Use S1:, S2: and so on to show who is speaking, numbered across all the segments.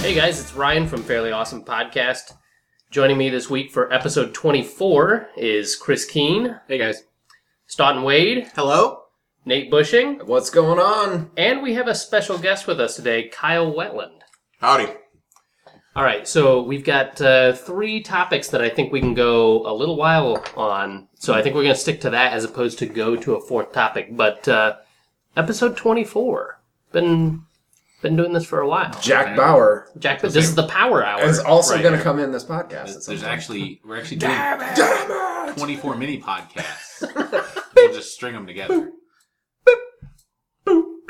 S1: Hey guys, it's Ryan from Fairly Awesome Podcast. Joining me this week for episode 24 is Chris Keene,
S2: Hey guys.
S1: Stoughton Wade,
S3: Hello?
S1: Nate Bushing,
S2: What's going on?
S1: and we have a special guest with us today, Kyle Wetland.
S3: Howdy.
S1: All right, so we've got uh, three topics that I think we can go a little while on. So I think we're going to stick to that as opposed to go to a fourth topic. But uh, episode 24, been been doing this for a while.
S2: Yeah.
S4: Jack Bauer
S1: Jack, but this is the power hour.
S4: is also
S2: Right.
S4: going to come in this podcast. at
S2: There's,
S4: some
S2: there's
S4: point.
S2: actually we're actually doing
S4: Damn it!
S2: 24 mini podcasts. we'll just string them together.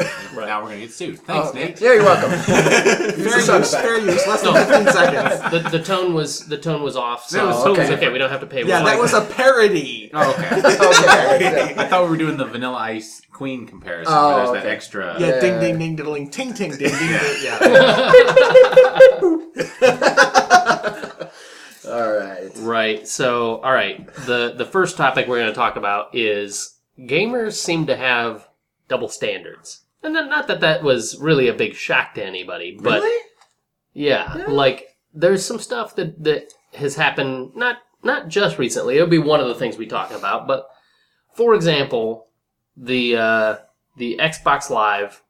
S2: And Now we're gonna get sued. Thanks,
S4: Oh,
S2: Nate.
S4: Yeah, you're welcome.
S3: fair
S4: the
S3: use,
S4: sound
S3: fair use. Less than
S1: No.
S3: 15 seconds.
S1: the, the tone was the tone was off. So
S2: That was
S4: so
S1: it was
S4: different.
S1: okay. We don't have to pay.
S3: Yeah, that was a parody.
S2: Oh, okay.
S4: okay.
S2: I thought we were doing the Vanilla Ice Queen comparison.
S4: Oh,
S2: where there's that
S4: okay.
S2: extra.
S3: Yeah,
S4: Yeah.
S3: ding, ding, ding, diddling, ting, ting, ding, ding, ding. Yeah.
S4: All right.
S1: right. So all right, the the first topic we're going to talk about is gamers seem to have double standards, and then not that that was really a big shock to anybody, but
S4: really?
S1: yeah, like there's some stuff that that has happened not not just recently. It'll be one of the things we talk about, but for example, the uh, the Xbox Live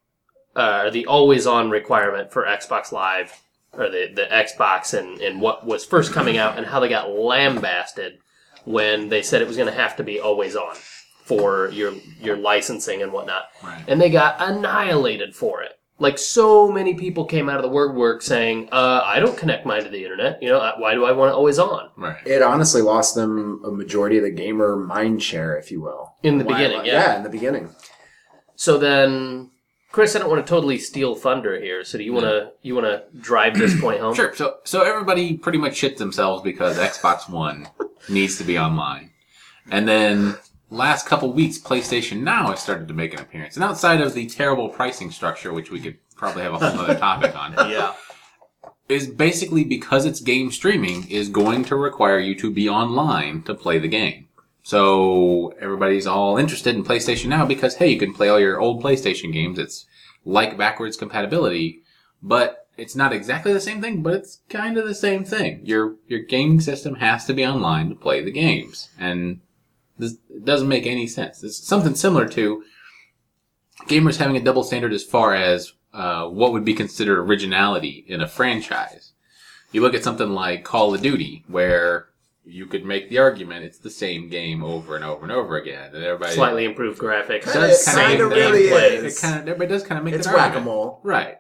S1: uh, or the always on requirement for Xbox Live or the the Xbox and and what was first coming out and how they got lambasted when they said it was going to have to be always on for your your licensing and whatnot
S2: Right.
S1: and they got annihilated for it. Like so many people came out of the word work saying, uh, "I don't connect mine to the internet. You know, uh, why do I want it always on?"
S2: Right.
S4: It honestly lost them a majority of the gamer mind share, if you will.
S1: In the
S2: Why-
S1: beginning, yeah.
S4: in the beginning.
S1: So then, Chris, I don't want to totally steal thunder here. So do you want to you want to drive this point home?
S2: Sure. So so everybody pretty much shit themselves because Xbox One needs to be online, and then last couple weeks PlayStation Now has started to make an appearance. And outside of the terrible pricing structure, which we could probably have a whole other topic on,
S3: Yeah.
S2: is basically because it's game streaming is going to require you to be online to play the game. So everybody's all interested in PlayStation Now because hey, you can play all your old PlayStation games. It's like backwards compatibility, but it's not exactly the same thing, but it's kind of the same thing. Your your gaming system has to be online to play the games, and this it doesn't make any sense. It's something similar to gamers having a double standard as far as uh, what would be considered originality in a franchise. You look at something like Call of Duty, where you could make the argument it's the same game over and over and over again, and everybody
S1: Slightly improved graphics.
S4: Kinda
S2: does
S4: It
S2: kind
S1: kinda
S2: of
S1: really
S4: is.
S2: It kind of everybody does kind of make
S4: It's
S2: that argument.
S4: whack a mole.
S2: Right.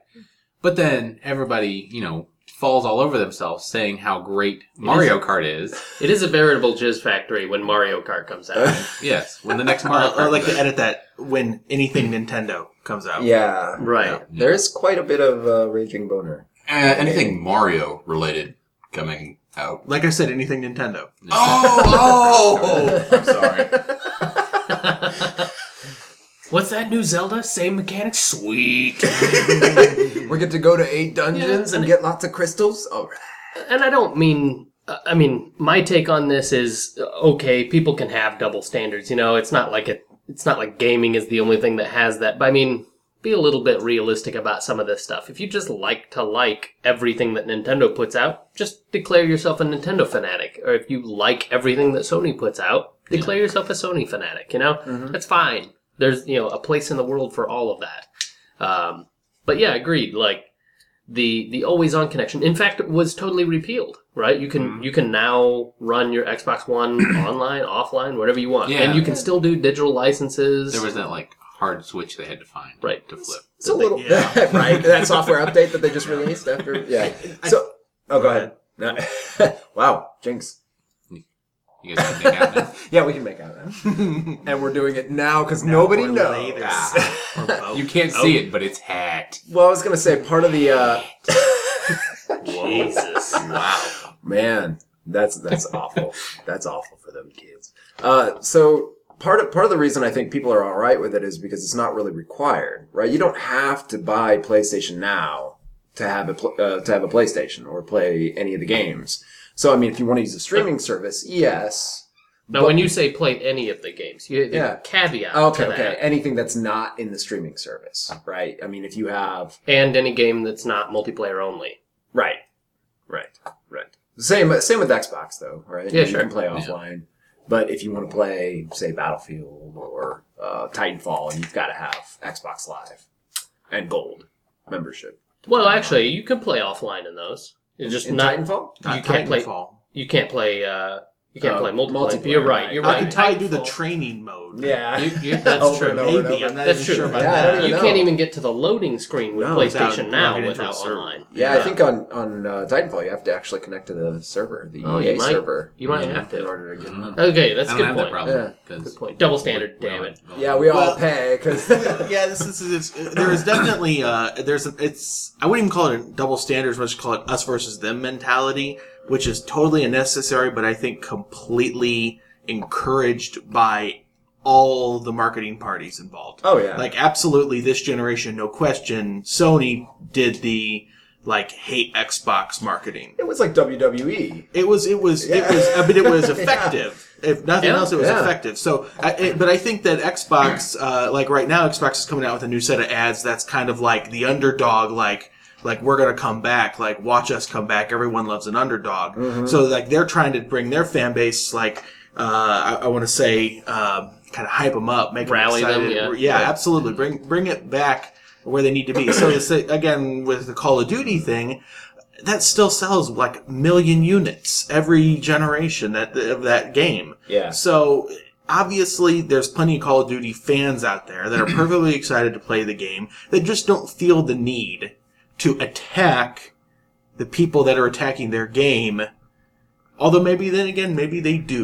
S2: But then everybody, you know, falls all over themselves saying how great Mario Kart is.
S1: It is a veritable jizz factory when Mario Kart comes out.
S2: Yes, when the next Mario
S3: I'll,
S2: Kart.
S3: I'll like
S2: is
S3: to
S5: Uh,
S2: out.
S3: edit that when anything Nintendo comes
S2: Oh.
S3: out.
S2: Mm-hmm.
S4: Yeah.
S1: right.
S4: There is quite a bit of uh, raging boner.
S5: Uh, anything Mario related coming out.
S3: Like I said, anything Nintendo.
S5: Oh, oh! I'm sorry.
S1: What's that new Zelda? Same mechanics. Sweet.
S4: We get to go to eight dungeons
S1: Yeah.
S4: and get lots of crystals. All right.
S1: and I don't mean. uh, I mean, my take on this is uh, okay. People can have double standards. You know, it's not like it. It's not like gaming is the only thing that has that. But I mean, be a little bit realistic about some of this stuff. If you just like to like everything that Nintendo puts out, just declare yourself a Nintendo fanatic. Or if you like everything that Sony puts out, declare yourself a Sony fanatic. You know, that's fine. There's you know a place in the world for all of that. Um, but yeah, agreed. Like the the always on connection in fact it was totally repealed right you can you can now run your xbox one online offline whatever you want
S2: Yeah.
S1: and you can still do digital licenses
S2: There was that like hard switch they had to find
S1: Right.
S2: to flip.
S4: It's a little
S3: Yeah.
S4: right that software update that they just released after. Yeah. So, oh, go ahead. No. wow, jinx.
S2: You guys can make out now.
S4: Yeah, we can make out of that. and we're doing it now because nobody
S3: Or
S4: knows.
S3: Lather.
S2: Ah.
S3: Or both.
S2: You can't see
S1: Oh.
S2: it, but it's hacked.
S4: Well, I was gonna say part of the uh,
S1: jesus
S2: Wow.
S4: man, that's that's awful. That's awful for them kids. Uh, so part of part of the reason I think people are all right with it is because it's not really required, right? You don't have to buy PlayStation now to have a pl- uh, to have a PlayStation or play any of the games. So I mean, if you want to use a streaming service, yes.
S1: now when you say play any of the games you the
S4: Yeah. Oh,
S1: caveat
S4: Okay,
S1: to that,
S4: okay. Anything that's not in the streaming service, right? I mean, if you have
S1: and any game that's not multiplayer only
S4: Right. Right. Right. Same same with Xbox though, right?
S1: Yeah,
S4: you
S1: sure.
S4: can play
S2: Yeah.
S4: offline. But if you want to play, say, Battlefield or uh, Titanfall, you've got to have Xbox Live and Gold membership.
S1: Well, actually, you can play offline in those. It's just
S4: In
S1: not
S4: Titanfall?
S1: you can't play.
S3: Titanfall.
S1: You can't play. Uh, you can't
S4: Uh,
S1: play multiplayer.
S4: multiplayer,
S1: You're right.
S4: right.
S1: You're
S3: I
S1: right.
S3: could probably do the Titanfall. training mode.
S4: Yeah.
S1: You- you- that's
S4: Over
S1: true.
S4: and over and
S3: Maybe.
S4: over.
S3: I'm not
S1: That's
S3: even
S1: true.
S3: sure about
S4: Yeah, I
S3: that.
S4: don't even
S1: You
S4: know.
S1: can't even get to the loading screen with
S3: No, without
S1: PlayStation Now
S3: logging into
S1: without
S3: a server.
S1: online.
S4: Yeah, I think on on uh, Titanfall you have to actually connect to the server, the
S1: Oh, you
S4: EA
S1: might-
S4: server,
S1: You might
S2: Yeah.
S1: have
S4: in
S1: to.
S4: order to
S2: I
S4: get.
S2: don't know.
S1: Okay, Mm-hmm. that's
S2: I
S1: a
S2: don't
S1: good
S2: have
S1: point.
S2: that problem.
S4: Yeah.
S2: 'cause-
S1: Good point. Double standard, damn it.
S4: Yeah, we all
S3: Well-
S4: pay because
S3: yeah, this is it's, there is definitely uh there's an it's I wouldn't even call it a double standard as much as call it us versus them mentality, which is totally unnecessary, but I think completely encouraged by all the marketing parties involved.
S4: oh yeah,
S3: Like absolutely this generation, no question, Sony did the like hate Xbox marketing.
S4: it was like E. WWE.
S3: It was, it was,
S4: Yeah.
S3: it was. I mean, it was
S4: Yeah.
S3: effective. If nothing
S1: Yeah.
S3: else, it was
S4: Yeah.
S3: effective. So, I, it, but I think that Xbox, uh, like right now, Xbox is coming out with a new set of ads. That's kind of like the underdog, like like we're gonna come back, like watch us come back. Everyone loves an underdog.
S4: Mm-hmm.
S3: So like they're trying to bring their fan base, like uh, I, I want to say, um, kind of hype them up, make 'em
S1: Rally them,
S3: excited.
S1: yeah.
S3: Yeah, absolutely. Bring bring it back where they need to be. So it's, uh, again, with the Call of Duty thing, that still sells like million units every generation that of that game.
S4: Yeah,
S3: So obviously, there's plenty of Call of Duty fans out there that are perfectly excited to play the game. They just don't feel the need to attack the people that are attacking their game. Although maybe then again, maybe they do.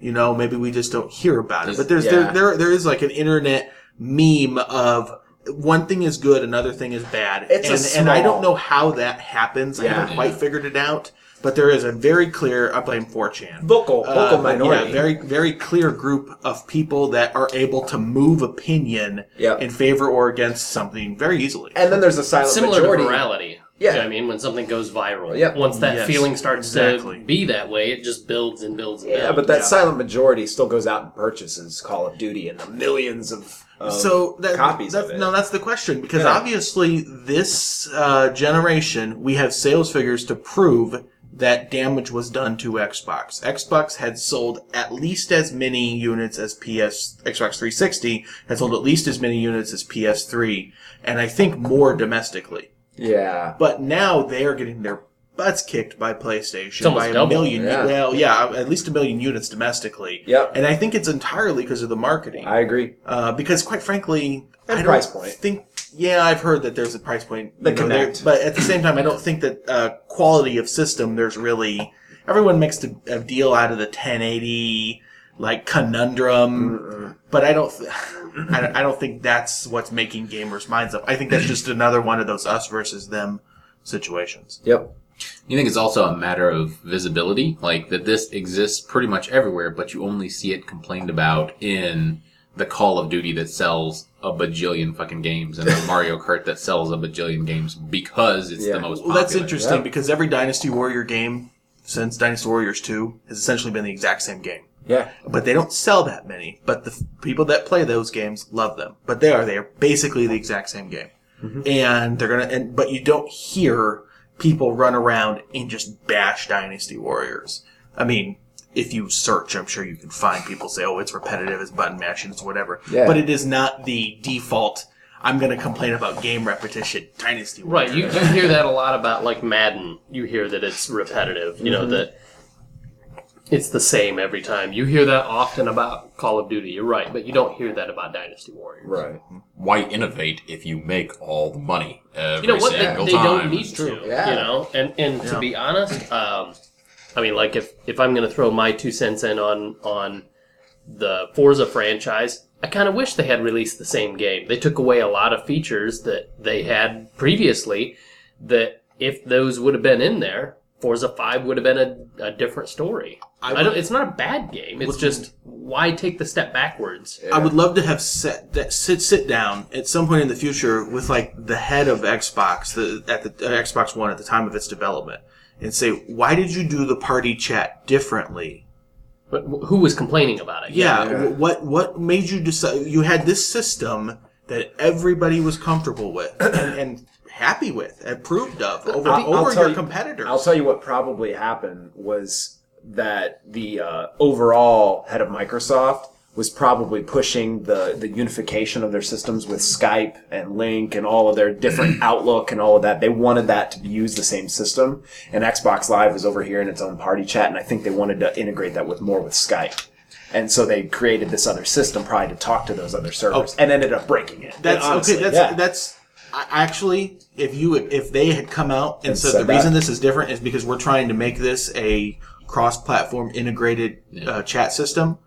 S3: You know, maybe we just don't hear about it. But there's
S4: Yeah.
S3: there, there there is like an internet meme of one thing is good, another thing is bad.
S4: It's a
S3: and, and I
S4: small-
S3: don't know how that happens. I
S4: Yeah.
S3: haven't quite figured it out. But there is a very clear. I blame 4chan
S4: vocal vocal
S3: uh,
S4: minority.
S3: Yeah, very very clear group of people that are able to move opinion
S4: Yep.
S3: in favor or against something very easily.
S4: and then there's a silent
S1: Similar
S4: majority.
S1: to virality.
S4: Yeah.
S1: I mean, when something goes viral,
S4: Yeah.
S1: once that
S3: Yes,
S1: feeling starts
S3: exactly.
S1: to be that way, it just builds and builds and
S4: Yeah,
S1: builds.
S4: but that
S3: Yeah.
S4: silent majority still goes out and purchases Call of Duty and the millions of, of
S3: so that,
S4: copies
S3: that's,
S4: of it.
S3: no, that's the question because
S4: Yeah.
S3: obviously this uh, generation we have sales figures to prove that damage was done to Xbox. Xbox had sold at least as many units as PS Xbox 360 had sold at least as many units as PS3, and I think more domestically.
S4: yeah,
S3: But now they are getting their butts kicked by PlayStation
S1: almost
S3: by a
S1: double,
S3: million.
S4: yeah.
S3: Well, yeah, at least a million units domestically.
S4: Yep.
S3: And I think it's entirely because of the marketing.
S4: I agree.
S3: uh, because quite frankly,
S4: And
S3: I don't
S4: price point.
S3: think. Yeah, I've heard that there's a price point. you
S4: They
S3: know, there-
S4: connect.
S3: but at the same time, I don't think that uh, quality of system. There's really everyone makes the, a deal out of the 1080 like conundrum. But I don't, th- I don't, I don't think that's what's making gamers' minds up. I think that's just another one of those us versus them situations.
S4: Yep.
S6: You think it's also a matter of visibility, like that this exists pretty much everywhere, but you only see it complained about in the Call of Duty that sells a bajillion fucking games and the Mario Kart that sells a bajillion games because it's
S4: Yeah.
S6: the most.
S3: Well,
S6: Popular.
S3: that's interesting
S4: yeah.
S3: because every Dynasty Warrior game since Dynasty Warriors 2 has essentially been the exact same game.
S4: Yeah.
S3: But they don't sell that many. But the f- people that play those games love them. But they are they are basically the exact same game, and they're gonna. And but you don't hear people run around and just bash Dynasty Warriors. I mean, if you search, I'm sure you can find people say, "Oh, it's repetitive, it's button mashing, it's whatever."
S4: Yeah.
S3: But it is not the default. I'm gonna complain about game repetition. Dynasty Warriors.
S1: Right, you, you hear that a lot about like Madden. You hear that it's repetitive. You
S4: Mm-hmm.
S1: know that it's the same every time. You hear that often about Call of Duty. You're right, but you don't hear that about Dynasty Warriors.
S4: Right.
S2: Why innovate if you make all the money every
S1: You know what? They,
S2: single
S1: they
S2: time?
S1: don't need to.
S4: Yeah.
S1: You know, and and to be honest, um, I mean, like if if I'm going to throw my two cents in on on the Forza franchise, I kind of wish they had released the same game. They took away a lot of features that they had previously. That if those would have been in there, Forza Five would have been a, a different story. I,
S3: would-
S1: don't, it's not a bad game. It's just why take the step backwards?
S3: I would love to have set that sit sit down at some point in the future with like the head of Xbox the, at the uh, Xbox One at the time of its development and say, why did you do the party chat differently?
S1: But wh- who was complaining about it?
S3: Yeah, wh- what what made you decide you had this system that everybody was comfortable with and, and happy with, approved of over
S4: I'll- I'll
S3: over
S4: tell
S3: your
S4: you-
S3: competitors.
S4: I'll tell you what probably happened was that the uh, overall head of Microsoft was probably pushing the, the unification of their systems with Skype and Link and all of their different Outlook and all of that. They wanted that to be used the same system. And Xbox Live was over here in its own party chat, and I think they wanted to integrate that with more with Skype. And so they created this other system probably to talk to those other servers and ended up breaking it.
S3: Oh. That's
S4: Honestly,
S3: okay. That's
S4: yeah.
S3: that's I- actually, if you if they had come out and,
S4: And
S3: said
S4: said
S3: the
S4: that.
S3: reason this is different is because we're trying to make this a cross-platform integrated uh, chat system,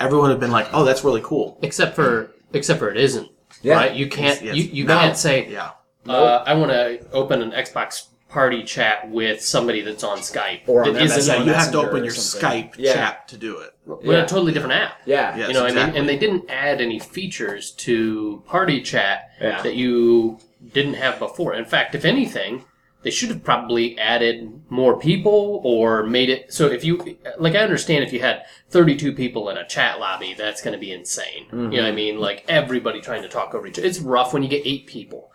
S3: everyone would have been like, "Oh, that's really cool."
S1: Except for except for it isn't.
S4: Yeah.
S1: Right? You can't
S3: Yes,
S1: you, you
S3: now-
S1: can't say
S3: Yeah,
S1: uh, I want to open an Xbox party chat with somebody that's on Skype.
S4: Or on
S1: That isn't-
S4: MSN.
S3: yeah. You have to
S4: Messenger
S3: open
S4: or
S3: your
S4: something.
S3: Skype
S4: Yeah.
S3: chat to do it.
S1: We're
S4: Yeah.
S1: a totally different app.
S4: Yeah.
S3: Yes,
S1: you know, I mean,
S3: exactly.
S1: and they didn't add any features to party chat
S4: Yeah.
S1: that you didn't have before. In fact, if anything, they should have probably added more people or made it so if you like I understand if you had 32 people in a chat lobby, that's going to be insane. You
S3: Mm-hmm.
S1: know what I mean? Like everybody trying to talk over each other. It's rough when you get 8 people.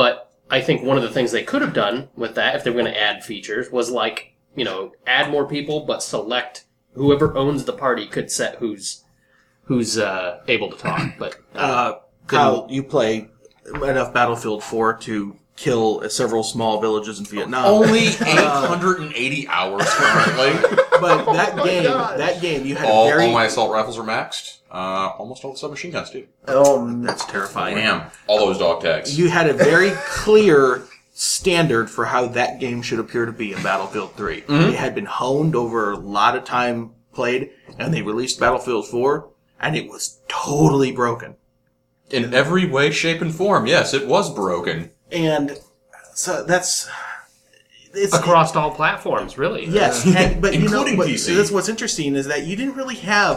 S1: But I think one of the things they could have done with that, if they were going to add features, was like, you know, add more people, but select whoever owns the party could set who's who's uh, able to talk. But
S3: Uh, Kyle, you play enough Battlefield 4 to kill several small villages in Vietnam. Uh,
S2: Only 880 hours currently.
S3: but that game,
S4: gosh.
S3: that game, you had
S2: all,
S3: a very
S2: all my assault rifles are maxed. Uh, almost all the submachine guns too.
S4: Um,
S3: that's terrifying.
S2: Damn, all those dog tags.
S3: You had a very clear standard for how that game should appear to be in Battlefield 3. It had been honed over a lot of time played, and they released Battlefield 4, and it was totally broken.
S2: In every way, shape, and form. Yes, it was broken.
S3: And so that's it's
S1: across all platforms, really.
S3: Yes, and, but you know,
S2: Including
S3: what,
S2: PC.
S3: that's what's interesting is that you didn't really have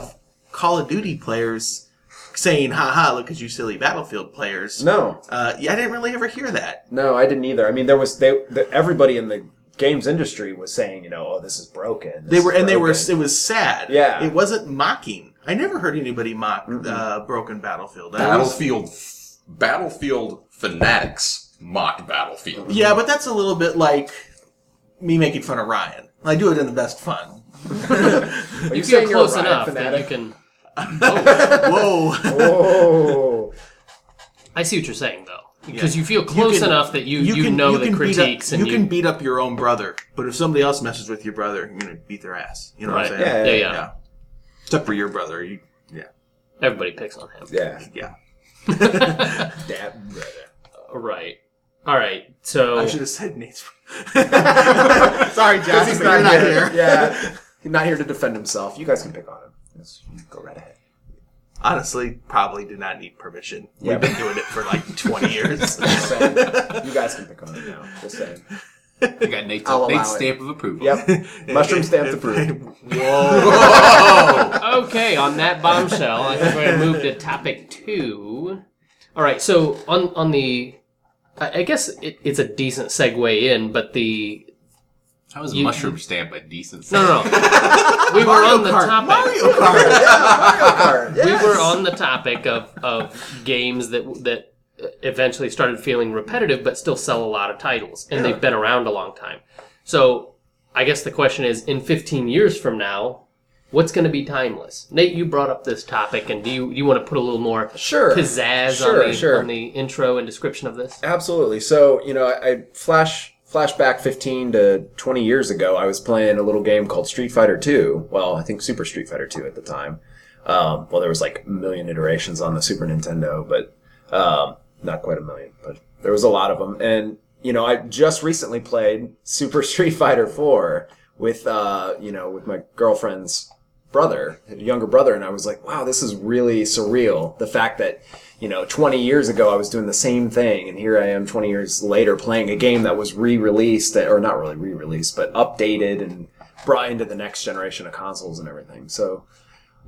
S3: Call of Duty players saying, "Haha, look at you, silly Battlefield players."
S4: no.
S3: Uh, yeah, I didn't really ever hear that.
S4: No, I didn't either. I mean, there was they the, everybody in the games industry was saying, you know, oh, this is broken. This
S3: They were,
S4: is
S3: and they were.
S4: broken."
S3: It was sad.
S4: Yeah.
S3: it wasn't mocking. I never heard anybody mock uh, Broken Battlefield. I was-
S2: Battlefield, Battlefield fanatics mocked Battlefield.
S3: yeah, but that's a little bit like me making fun of Ryan. I do it in the best fun.
S4: Are
S1: If you're
S4: saying you're
S1: close
S4: a Riot
S1: enough that you
S4: fanatic?
S1: can.
S3: Whoa.
S4: Oh,
S1: I see what you're saying, though, because you feel close
S3: can-
S1: enough that you you, know the
S3: beat
S1: critiques
S3: up,
S1: and
S3: you, can beat up your own brother, but if somebody else messes with your brother, you're gonna beat their ass. You know what I'm
S1: Right.
S3: saying?
S4: yeah,
S1: yeah, yeah,
S3: Yeah. Except for your brother. You,
S1: Everybody picks on him.
S4: yeah,
S3: yeah.
S4: that brother.
S1: Right. All right. So
S3: I should have said Nate's. Sorry, Josh, but you're not here.
S4: Yeah, he's not here to defend himself. You guys can pick on him. Yes, you go right ahead.
S3: Honestly, probably did not need permission.
S4: Yeah.
S3: We've been doing it for like 20 years.
S4: Just saying. you guys can pick on him now. Just saying.
S6: I got Nate's,
S4: I'll allow
S6: Nate's
S4: it.
S6: stamp of approval.
S4: Yep. Mushroom stamps approved.
S1: okay, on that bombshell, I think we're gonna move to topic two. All right, so on on the, I I guess it, it's a decent segue in, but the
S6: How is
S1: You-
S6: mushroom stamp a decent?
S1: no no, no. we were on the
S3: Kart,
S1: topic.
S3: Mario Kart.
S1: We were on the topic of, of games that that eventually started feeling repetitive, but still sell a lot of titles, and they've been around a long time. So I guess the question is, in 15 years from now. What's going to be timeless? Nate, you brought up this topic, and do you, you want to put a little more
S4: Sure.
S1: pizzazz
S4: Sure,
S1: on, the,
S4: sure.
S1: on the intro and description of this.
S4: Absolutely. So you know, I, I flash flashback 15 to 20 years ago. I was playing a little game called Street Fighter 2. Well, I think Super Street Fighter 2 at the time. Um, well, there was like a million iterations on the Super Nintendo, but um, not quite a million, but there was a lot of them. And you know, I just recently played Super Street Fighter 4 with uh, you know with my girlfriend's brother, younger brother, and I was like, wow, this is really surreal. The fact that, you know, 20 years ago I was doing the same thing, and here I am 20 years later playing a game that was re released, or not really re released, but updated and brought into the next generation of consoles and everything. So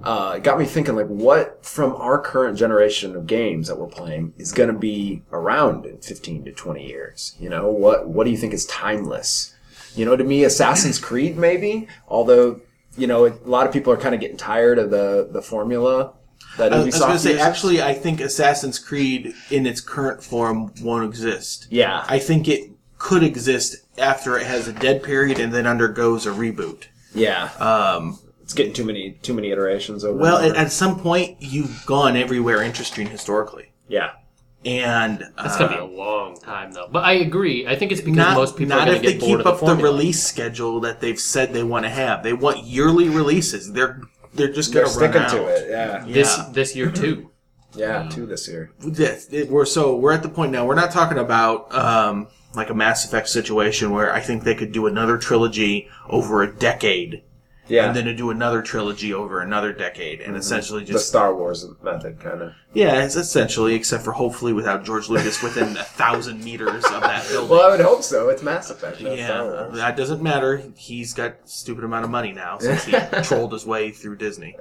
S4: uh, it got me thinking, like, what from our current generation of games that we're playing is going to be around in 15 to 20 years? You know, what, what do you think is timeless? You know, to me, Assassin's Creed, maybe, although you know, a lot of people are kind of getting tired of the the formula That
S3: I was, I was
S4: Ubisoft
S3: going to say,
S4: uses?
S3: actually, I think Assassin's Creed in its current form won't exist.
S4: yeah,
S3: I think it could exist after it has a dead period and then undergoes a reboot.
S4: yeah.
S3: Um,
S4: it's getting too many too many iterations over.
S3: well,
S4: and
S3: at,
S4: over.
S3: at some point, you've gone everywhere interesting historically.
S4: yeah,
S3: And
S1: That's
S3: uh,
S1: gonna be a long time though. But I agree. I think it's because
S3: not,
S1: most people
S3: not
S1: are
S3: if
S1: gonna
S3: they
S1: get bored of
S3: keep up
S1: the,
S3: the
S1: formula.
S3: release schedule that they've said they want to have. They want yearly releases. They're they're just
S4: they're
S3: going to run
S4: sticking
S3: out. Um,
S4: to it. Yeah,
S3: Yeah.
S1: This this year too.
S4: yeah, two this year.
S3: this, it- we're so we're at the point now. We're not talking about um, like a Mass Effect situation where I think they could do another trilogy over a decade,
S4: Yeah,
S3: and then to do another trilogy over another decade, and essentially
S4: the
S3: just
S4: Star Wars method, kind of.
S3: yeah, it's essentially except for hopefully without George Lucas within a thousand meters of that building.
S4: Well, I would hope so. It's Mass Effect. Not Star
S3: yeah,
S4: Wars.
S3: that doesn't matter. He's got stupid amount of money now since he trolled his way through Disney.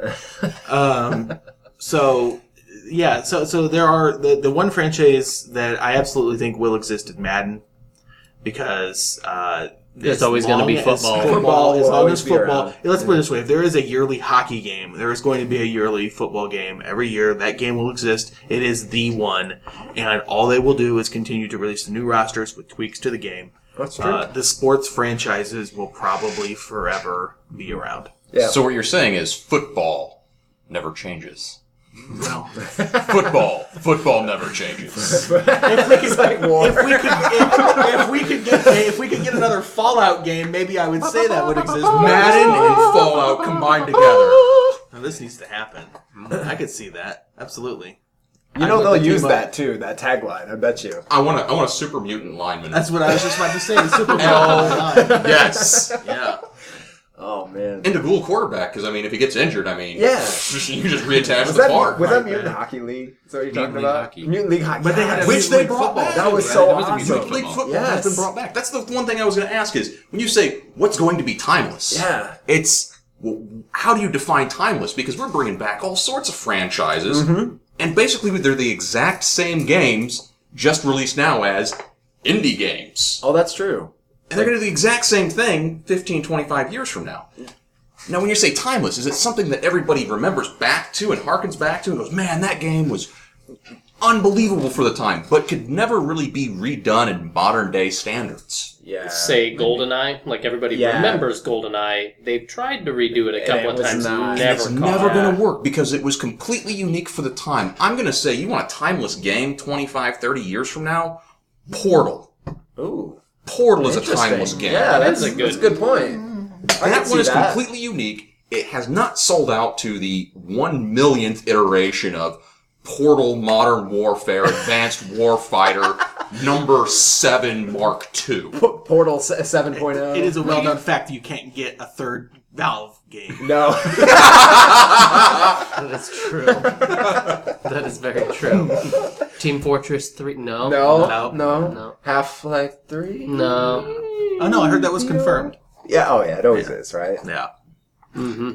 S3: Um, so yeah, so so there are the the one franchise that I absolutely think will exist is Madden because uh,
S1: There's
S3: as
S1: always gonna
S3: long
S1: be
S3: as
S1: football.
S4: Football
S3: Football, as
S4: will
S3: long
S4: always
S3: as
S4: be
S3: football.
S4: around.
S3: Let's put it this way: if there is a yearly hockey game, there is going to be a yearly football game every year. That game will exist. It is the one, and all they will do is continue to release the new rosters with tweaks to the game.
S4: That's true.
S3: Uh, the sports franchises will probably forever be around.
S4: Yeah.
S2: So what you're saying is football never changes.
S3: Well,
S2: Football, football never changes.
S4: it's like war.
S3: if we could, if, if we could get, if we could get another Fallout game, maybe I would say that would exist.
S2: Madden and Fallout combined together.
S3: Now, this needs to happen. Mm, I could see that absolutely.
S4: you know
S3: I
S4: they'll
S3: would
S4: use
S3: team up.
S4: that too. That tagline. I bet you.
S2: I want a, I want a super mutant lineman.
S3: That's what I was just about to say. The Super Bowl.
S2: yes.
S3: Yeah.
S4: Oh man.
S2: And a dual quarterback, because I mean, if he gets injured, I mean,
S4: Yeah.
S2: just- you just reattach
S4: Was
S2: the
S4: that,
S2: bar.
S4: was
S2: Right.
S4: that Mutant Hockey League? Is that what you're talking
S6: Mutant League
S4: about?
S6: Hockey.
S4: Mutant League Hockey.
S3: But they had a
S4: Yes.
S2: Which they brought back.
S4: That was so
S2: There a Mutant
S4: awesome.
S2: League football
S4: Yes.
S2: has been brought back. That's the one thing I was going to ask is when you say what's going to be timeless.
S4: Yeah.
S2: It's well, how do you define timeless? Because we're bringing back all sorts of franchises, and basically they're the exact same games, just released now as indie games,
S4: Oh, that's true.
S2: and they're going to do the exact same thing 15, 25 years from now. Now, when you say timeless, is it something that everybody remembers back to and harkens back to and goes, "Man, that game was." Unbelievable for the time, but could never really be redone in modern day standards.
S4: Yeah.
S1: Say GoldenEye, like everybody
S4: Yeah.
S1: remembers GoldenEye. They've tried to redo it a couple
S4: it
S1: of
S4: was
S1: times,
S4: not-
S1: never
S2: It's
S1: caught.
S2: never
S1: on.
S2: going to work because it was completely unique for the time. I'm going to say you want a timeless game 25, 30 years from now? Portal.
S4: Ooh.
S2: Portal is a
S4: Interesting.
S2: timeless game.
S4: Yeah, that's,
S1: is a
S4: a
S1: good-
S4: good, that's a good point. I
S2: that
S4: can see
S2: one is
S4: that.
S2: completely unique. It has not sold out to the one millionth iteration of Portal Modern Warfare Advanced Warfighter Number 7 Mark II.
S4: P- Portal se- oh. 7.0.
S3: It is a well known fact that you can't get a third Valve game.
S4: No.
S1: That's true. that is very true. Team Fortress Three? No,
S4: no. No.
S1: No.
S4: Half Life 3?
S1: no.
S3: Oh no, I heard that was confirmed.
S4: Yeah, oh yeah, it always is, right?
S3: Yeah.
S1: hmm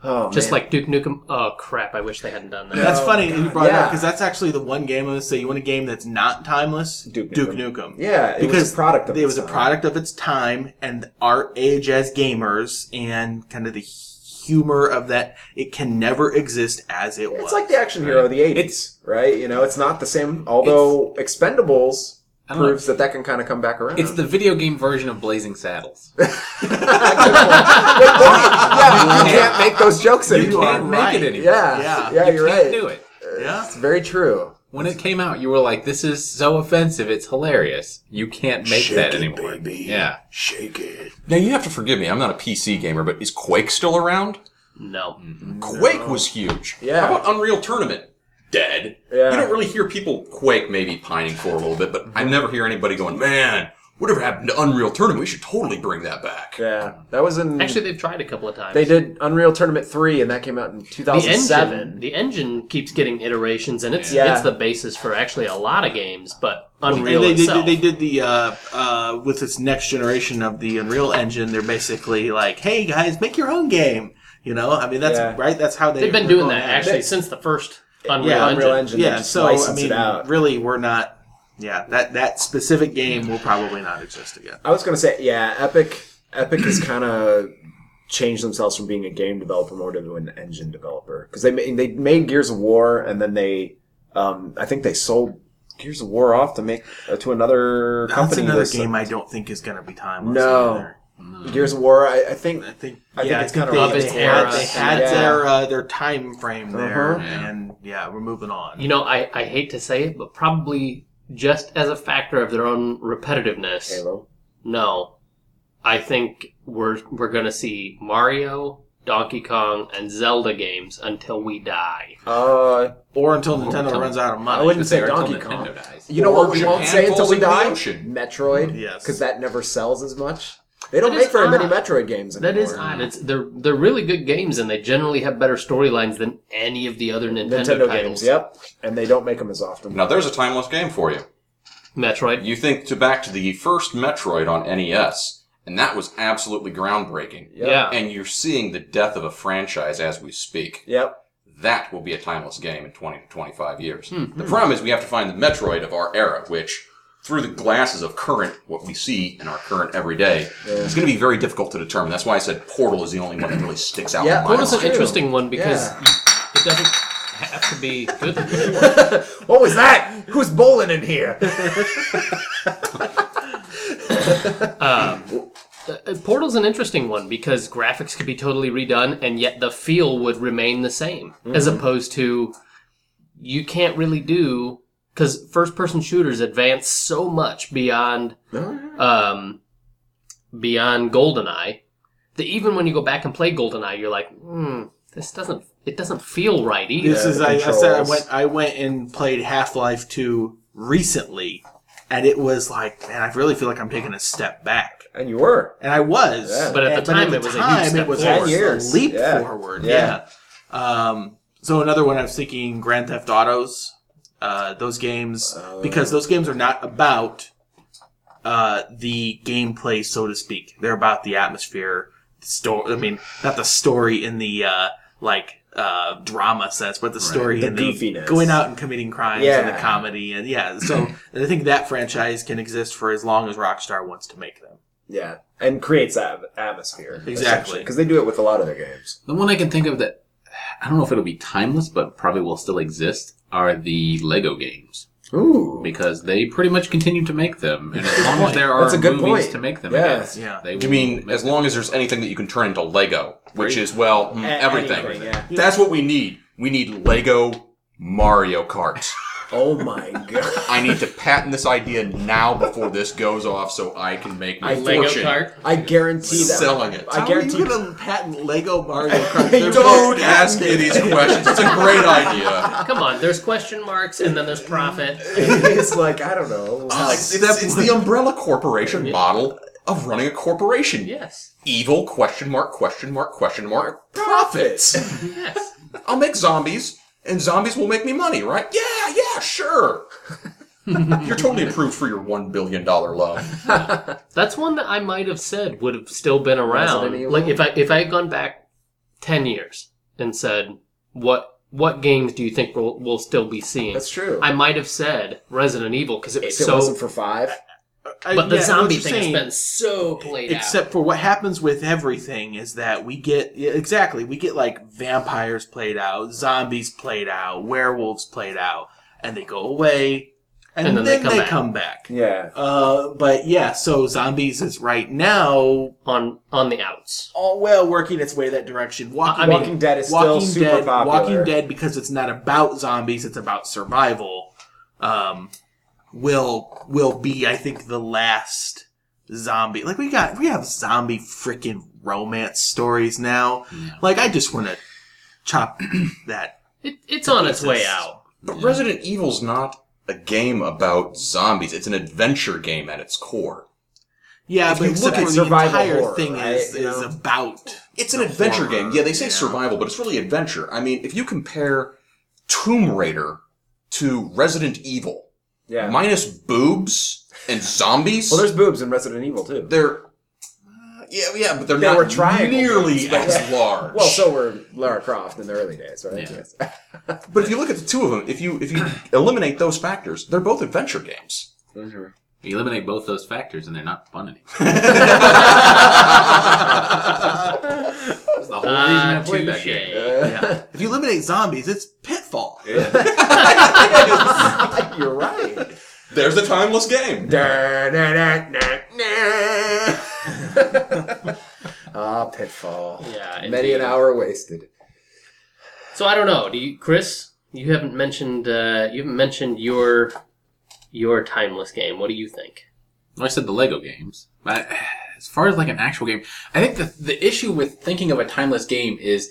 S4: Oh,
S1: Just
S4: man.
S1: like Duke Nukem. Oh crap! I wish they hadn't done that.
S3: That's funny that you brought it up
S4: Yeah.
S3: because that's actually the one game I would say you want a game that's not timeless.
S4: Duke Nukem.
S3: Nukem.
S4: Yeah, it was
S3: because
S4: a product of
S3: it
S4: its
S3: was a
S4: time.
S3: product of its time and our age as gamers and kind of the humor of that. It can never exist as it was.
S4: It's like the action hero of the 80s, right? You know, it's not the same, although Expendables
S6: I don't know.
S4: proves that that can kind of come back around.
S6: It's the video game version of Blazing Saddles.
S4: yeah, you can't make those jokes
S3: You
S4: anymore.
S3: are
S6: can't make
S3: right.
S6: it anymore.
S4: Yeah,
S3: Yeah,
S4: yeah,
S3: you
S4: you're
S6: can't
S4: right.
S6: do it.
S3: yeah.
S4: It's very true.
S6: When it came out, you were like, "This is so offensive. It's hilarious. You can't make that anymore." Yeah.
S4: Shake it.
S2: Now, you have to forgive me. I'm not a PC gamer, but is Quake still around?
S1: No.
S2: Quake was huge.
S4: Yeah.
S2: How about Unreal Tournament? Dead.
S4: Yeah. Mm-hmm.
S2: You don't really hear people Quake maybe pining for a little bit, but I never hear anybody going, man, whatever happened to Unreal Tournament? We should totally bring that back.
S4: Yeah,
S6: Um,
S4: that was in.
S1: Actually, they've tried a couple of times.
S4: they did Unreal Tournament three, and that came out in
S1: The engine,
S4: 2007.
S1: the engine keeps getting iterations, and it's
S4: Yeah.
S1: it's the basis for actually a lot of games. But Unreal
S3: And they, they,
S1: itself,
S3: did- they did the uh, uh, with this next generation of the Unreal Engine. They're basically like, "Hey guys, make your own game." You know, I mean that's
S4: Yeah.
S3: right. That's how they
S1: they've been
S3: were
S1: doing
S3: going
S1: that
S3: at it.
S1: actually since the first Unreal
S3: Yeah,
S1: Engine.
S4: Unreal Engine.
S3: yeah
S4: they just
S3: so i
S4: licensed
S3: mean
S4: it out.
S3: really we're not yeah that that specific game will probably not exist again
S4: I was gonna say, yeah, Epic. Epic has kind of change themselves from being a game developer more to an engine developer because they ma- they made Gears of War and then they um, I think they sold Gears of War off to make uh, to another
S3: That's
S4: company.
S3: another
S4: that's-
S3: game I don't think is going to be timeless.
S4: No.
S3: either.
S4: Gears of War. I, I think
S3: I think
S4: I think
S3: yeah,
S4: it's
S3: I think
S4: kinda
S1: of
S3: they,
S1: its
S3: they had,
S1: era.
S3: they had
S4: Yeah.
S3: their uh, their time frame there,
S4: Uh-huh.
S6: Yeah.
S3: and yeah, we're moving on.
S1: You know, I, I hate to say it, but probably just as a factor of their own repetitiveness.
S4: Halo.
S1: No, I think we're we're gonna see Mario, Donkey Kong, and Zelda games until we die.
S4: Uh,
S3: or until Nintendo
S6: until-
S3: runs out of
S4: I
S3: money.
S4: wouldn't
S6: Just say
S4: say
S6: until
S4: Donkey Kong.
S6: Nintendo dies.
S4: you know
S2: Or
S4: what we
S2: Japan
S4: won't say until
S2: falls
S4: we
S2: into the
S4: die?
S2: ocean.
S4: Metroid.
S3: Mm-hmm. Yes.
S4: because that never sells as much. They don't
S1: That
S4: make
S1: is
S4: very many
S1: odd.
S4: Metroid games anymore.
S1: That is odd. It's they're they're really good games, and they generally have better storylines than any of the other Nintendo,
S4: Nintendo
S1: titles.
S4: games. Yep, and they don't make them as often.
S2: Now there's a timeless game for you.
S1: Metroid.
S2: You think to back to the first Metroid on NES, and that was absolutely groundbreaking.
S4: Yep.
S1: Yeah.
S2: And you're seeing the death of a franchise as we speak.
S4: Yep.
S2: that will be a timeless game in 20 to 25 years.
S4: Hmm.
S2: The problem is we have to find the Metroid of our era, which through the glasses of current, what we see in our current everyday, it's going to be very difficult to determine. That's why I said Portal is the only one that really sticks out.
S4: Yeah,
S2: in my
S1: Portal's an
S2: mind.
S4: true.
S1: interesting one because
S4: Yeah.
S1: it doesn't have to be good.
S4: What was that? Who's bowling in here?
S1: Uh, Portal's an interesting one because graphics could be totally redone and yet the feel would remain the same as opposed to you can't really do because first person shooters advance so much beyond um, beyond goldeneye that even when you go back and play goldeneye you're like hmm this doesn't it doesn't feel right either
S3: This
S4: Yeah,
S3: is
S4: the
S3: I, I said I
S4: controls.
S3: went I went and played Half Life Two recently, and it was like man, I really feel like I'm taking a step back,
S4: and you were.
S3: and I was.
S4: Yeah.
S1: But at the time, it was a huge step
S3: it was
S1: forward.
S3: almost
S4: Years.
S3: a leap
S4: Yeah.
S3: forward.
S4: Yeah.
S3: Yeah. Um, so another one I was thinking Grand Theft Autos, uh, those games
S4: Oh.
S3: because those games are not about uh, the gameplay, so to speak. They're about the atmosphere, the story. I mean, not the story in the uh, like uh, drama sense, but the story
S4: The
S3: in the
S4: goofiness.
S3: going out and committing crimes and
S4: Yeah.
S3: the comedy and yeah. So I think that franchise can exist for as long as Rockstar wants to make them.
S4: Yeah, and creates that atmosphere
S3: Exactly.
S4: because they do it with a lot of their games.
S6: The one I can think of that I don't know if it'll be timeless, but probably will still exist are the Lego games
S4: Ooh,
S6: because they pretty much continue to make them, and as long as there are
S4: That's a good
S6: movies
S4: point.
S6: to make them,
S4: Yeah.
S6: against,
S3: Yeah.
S6: they
S2: You
S6: will
S2: mean
S6: make
S2: as
S6: them.
S2: long as there's anything that you can turn into Lego, which is well mm, everything.
S4: anything, yeah.
S2: That's what we need. We need Lego Mario Kart.
S4: oh my god!
S2: I need to patent this idea now before this goes off, so I can make my
S4: I- Lego
S2: fortune
S1: Kart?
S4: I guarantee that
S2: selling it.
S4: I guarantee.
S3: gonna patent Lego Mario
S4: They're
S2: Don't ask me these questions. It's a great idea.
S1: come on there's question marks and then there's profit
S4: it's like I don't know.
S2: It's, it's- it's the umbrella corporation model of running a corporation.
S1: yes
S2: Evil question mark question mark question mark profits.
S1: yes
S2: I'll make zombies, and zombies will make me money, right? Yeah, yeah, sure. You're totally approved for your one billion dollar loan.
S1: That's one that I might have said would have still been
S4: Resident
S1: around.
S4: Evil.
S1: Like if I if I had gone back ten years and said what what games do you think we'll, we'll still be seeing?
S4: That's true.
S1: I might have said Resident Evil because it was
S4: if it
S1: so.
S4: wasn't for five,
S1: but the zombie thing has been so played out.
S3: Except for what happens with everything is that we get yeah, exactly we get like vampires played out, zombies played out, werewolves played out, and they go away, and, then, they come back.
S4: yeah,
S3: Uh, but yeah, so zombies is right now
S1: on on the outs.
S3: all well working its way that direction. Walking,
S1: I mean,
S4: Walking Dead is still super
S3: Dead,
S4: popular.
S3: Walking Dead because it's not about zombies; it's about survival. Um, will will be, I think, the last zombie. Like we got, we have zombie freaking romance stories now. Like I just want to chop that.
S1: It, it's on its way out.
S2: But Resident Evil's not a game about zombies. It's an adventure game at its core.
S3: Yeah,
S2: you
S3: but except
S4: look at
S3: for the
S4: survival
S3: entire
S4: horror,
S3: thing
S4: right,
S3: is
S4: you
S3: is
S4: know?
S3: about.
S2: It's an adventure
S3: horror,
S2: game. Yeah, they say
S3: yeah.
S2: survival, but it's really adventure. I mean, if you compare Tomb Raider to Resident Evil,
S4: yeah.
S2: minus boobs and zombies,
S4: well, there's boobs in Resident Evil too.
S2: they're uh, yeah, yeah, but they're
S4: They
S2: not
S4: were triangle
S2: nearly
S4: boobs, but-
S2: as large.
S4: well, so were Lara Croft in the early days, right?
S6: Yeah.
S4: Yes.
S2: but if you look at the two of them, if you if you eliminate those factors, they're both adventure games.
S6: You eliminate both those factors, and they're not fun anymore.
S1: Ah,
S6: that game.
S3: Yeah. if you eliminate zombies, it's Pitfall.
S4: You're right.
S2: There's a timeless game.
S4: Ah, pitfall.
S1: Yeah,
S4: Many
S1: indeed.
S4: an hour wasted.
S1: So I don't know. Do you, Chris? You haven't mentioned uh, you haven't mentioned your your timeless game. What do you think?
S6: Well, I said the Lego games. But as far as like an actual game, I think the the issue with thinking of a timeless game is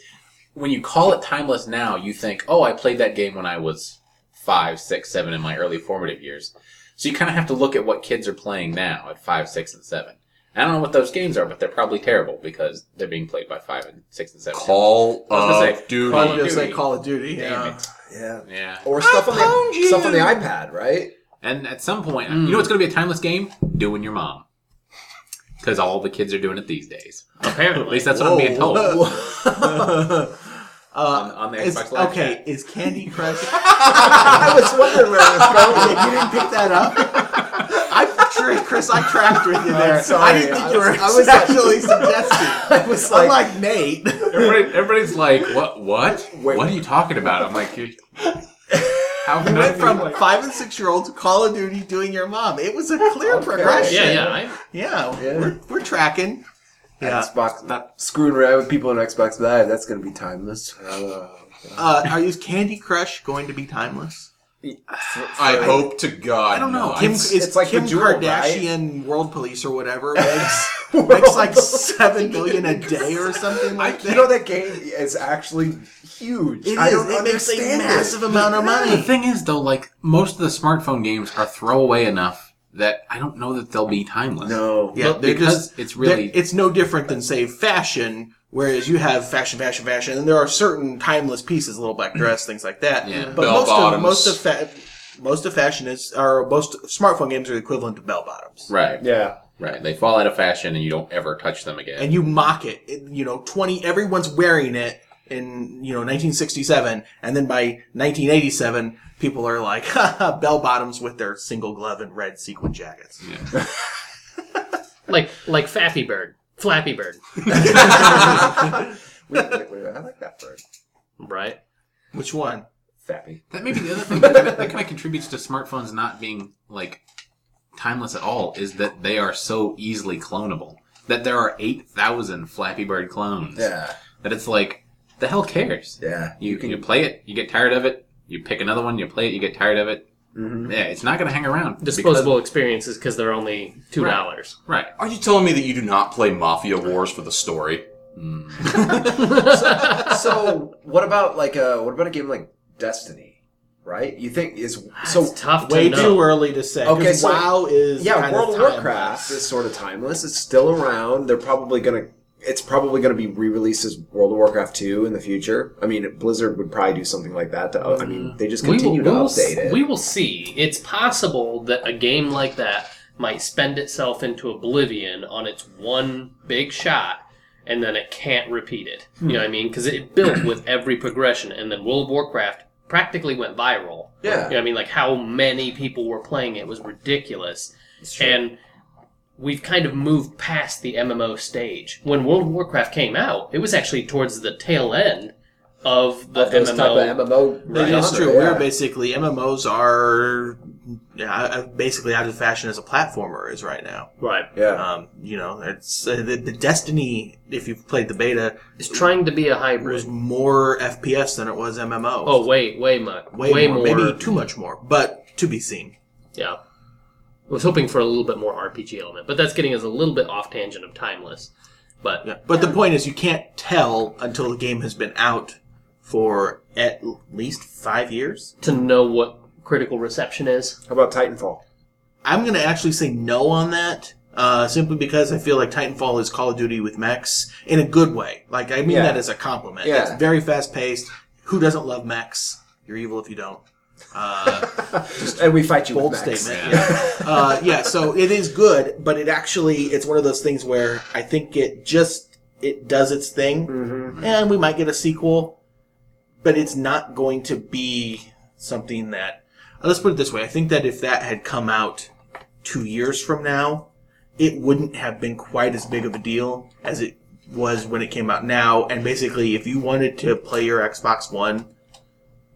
S6: when you call it timeless now, you think, oh, I played that game when I was five, six, seven in my early formative years. So you kind of have to look at what kids are playing now at five, six, and seven. I don't know what those games are, but they're probably terrible because they're being played by five and six and seven.
S2: Call
S6: I was gonna
S2: of
S6: say,
S2: Duty.
S6: Call of
S3: Just
S6: Duty.
S3: like Call of Duty.
S6: Damn
S3: Yeah.
S6: it.
S4: Yeah.
S6: Yeah.
S4: Or stuff on the stuff on the iPad, right?
S6: And at some point, you know what's going to be a timeless game? Doing your mom. Because all the kids are doing it these days.
S1: Apparently,
S6: At least that's what I'm being told. on, on the
S3: Oh, Uh, Is-
S6: Xbox Live
S3: okay,
S6: chat.
S3: is Candy Crush? oh,
S4: I was wondering where I was going.
S3: you didn't pick that up. I'm sure, Chris. I trapped with you there.
S4: I'm sorry.
S3: I didn't think you were
S4: I was- I was
S3: actually suggesting.
S4: I was like,
S3: Unlike Nate.
S6: Everybody, everybody's like, "What? What?
S4: Wait.
S6: what are you talking about?" I'm like, you, "How
S3: We
S6: can I
S3: went
S6: be
S3: from
S6: like-
S3: five and six year old to Call of Duty doing your mom. It was a clear progression.
S1: yeah, yeah. I,
S3: Yeah,
S4: Yeah.
S3: We're, we're tracking. Yeah.
S4: Xbox, not screwing around with people on Xbox Live. That's going to be timeless. Uh,
S3: Uh, are you Candy Crush going to be timeless?
S2: I hope to God.
S6: I don't know.
S2: no.
S3: Kim,
S6: It's-
S3: is
S4: it's like
S3: Kim
S4: Bejeweled,
S3: Kardashian World Police or whatever makes, makes like seven million a day or something like
S4: you
S3: that.
S4: know that game is actually huge.
S3: It is.
S4: I don't
S3: it makes a
S4: understand
S3: massive
S4: it.
S3: amount of
S6: The
S3: money.
S6: thing is, though, like most of the smartphone games are throwaway enough that I don't know that they'll be timeless.
S4: No.
S3: Yeah,
S6: But
S3: they're
S6: because
S3: just-
S6: it's really-
S3: they're- it's no different than say fashion. Whereas you have fashion, fashion, fashion, and there are certain timeless pieces, little black dress, things like that.
S6: Yeah.
S3: But
S2: Bell
S3: most of
S2: bottoms.
S3: most of fa- most of fashion is or most smartphone games are the equivalent to bell bottoms.
S6: Right.
S4: Yeah.
S6: Right. They fall out of fashion, and you don't ever touch them again.
S3: And you mock it. It- You know, twenty everyone's wearing it in you know 1967, and then by 1987, people are like "Ha ha, bell bottoms with their single glove and red sequin jackets.
S1: like like Faffy Bird, Flappy Bird,
S4: Wait, wait, wait, I like that word.
S1: right?
S3: Which one?
S4: Fappy.
S6: That may be the other thing that kind, of, that kind of contributes to smartphones not being like timeless at all is that they are so easily clonable. That there are eight thousand Flappy Bird clones.
S4: Yeah.
S6: That it's like the hell cares.
S4: Yeah.
S6: You you play it, you get tired of it, you pick another one, you play it, you get tired of it.
S4: Mm-hmm.
S6: Yeah, it's not going to hang around.
S1: Disposable experiences because they're only two dollars.
S6: Because- right.
S2: Are you telling me that you do not play Mafia Wars for the story?
S4: so what about like a what about a game like Destiny? Right? You think is
S3: Ah,
S4: so
S1: It's tough to
S3: Way
S1: know.
S3: too early to say.
S4: Okay,
S3: Okay,
S4: so-
S3: WoW is
S4: yeah,
S3: kind
S4: World
S3: of
S4: of
S3: timeless.
S4: Warcraft is sort of timeless. It's still around. They're probably gonna. It's probably going to be re-released as World of Warcraft 2 in the future. I mean, Blizzard would probably do something like that. To, I mean,
S3: Mm.
S4: they just continue to
S1: s-
S4: update it.
S1: we will see. It's possible that a game like that might spend itself into oblivion on its one big shot, and then it can't repeat it. You
S4: Hmm.
S1: know what I mean? Because it built with every progression, and then World of Warcraft practically went viral.
S4: Yeah.
S1: You know what I mean? Like how many people were playing it was ridiculous. And we've kind of moved past the MMO stage. When World of Warcraft came out, it was actually towards the tail end of the
S4: Those type
S1: MMO
S4: of MMO.
S3: That
S4: genre,
S3: is true.
S4: yeah.
S3: We're basically MMOs are yeah, I- I- basically out of fashion as a platformer is right now.
S1: Right.
S4: Yeah.
S3: Um, you know, it's uh, the, the Destiny. If you've played the beta,
S1: It's trying to be a
S3: was
S1: hybrid.
S3: more FPS than it was MMO.
S1: Oh, way, way much.
S3: way, more, maybe too much more, but to be seen.
S1: Yeah. I was hoping for a little bit more RPG element, but that's getting us a little bit off tangent of timeless. But
S3: Yeah. But the point is, you can't tell until the game has been out for at least five years.
S1: to know what critical reception is,
S4: How about Titanfall?
S3: I'm going to actually say no on that, uh, simply because I feel like Titanfall is Call of Duty with mechs in a good way. Like, I mean
S4: Yeah.
S3: that as a compliment.
S4: Yeah.
S3: It's very fast paced. Who doesn't love mechs? You're evil if you don't. Uh,
S4: and we fight you
S3: bold
S4: with mechs.
S3: statement. Yeah. uh, yeah, so it is good, but it actually, it's one of those things where I think it just, it does its thing,
S4: Mm-hmm.
S3: and we might get a sequel, but it's not going to be something that, uh, let's put it this way, I think that if that had come out two years from now, it wouldn't have been quite as big of a deal as it was when it came out now, and basically, if you wanted to play your Xbox One,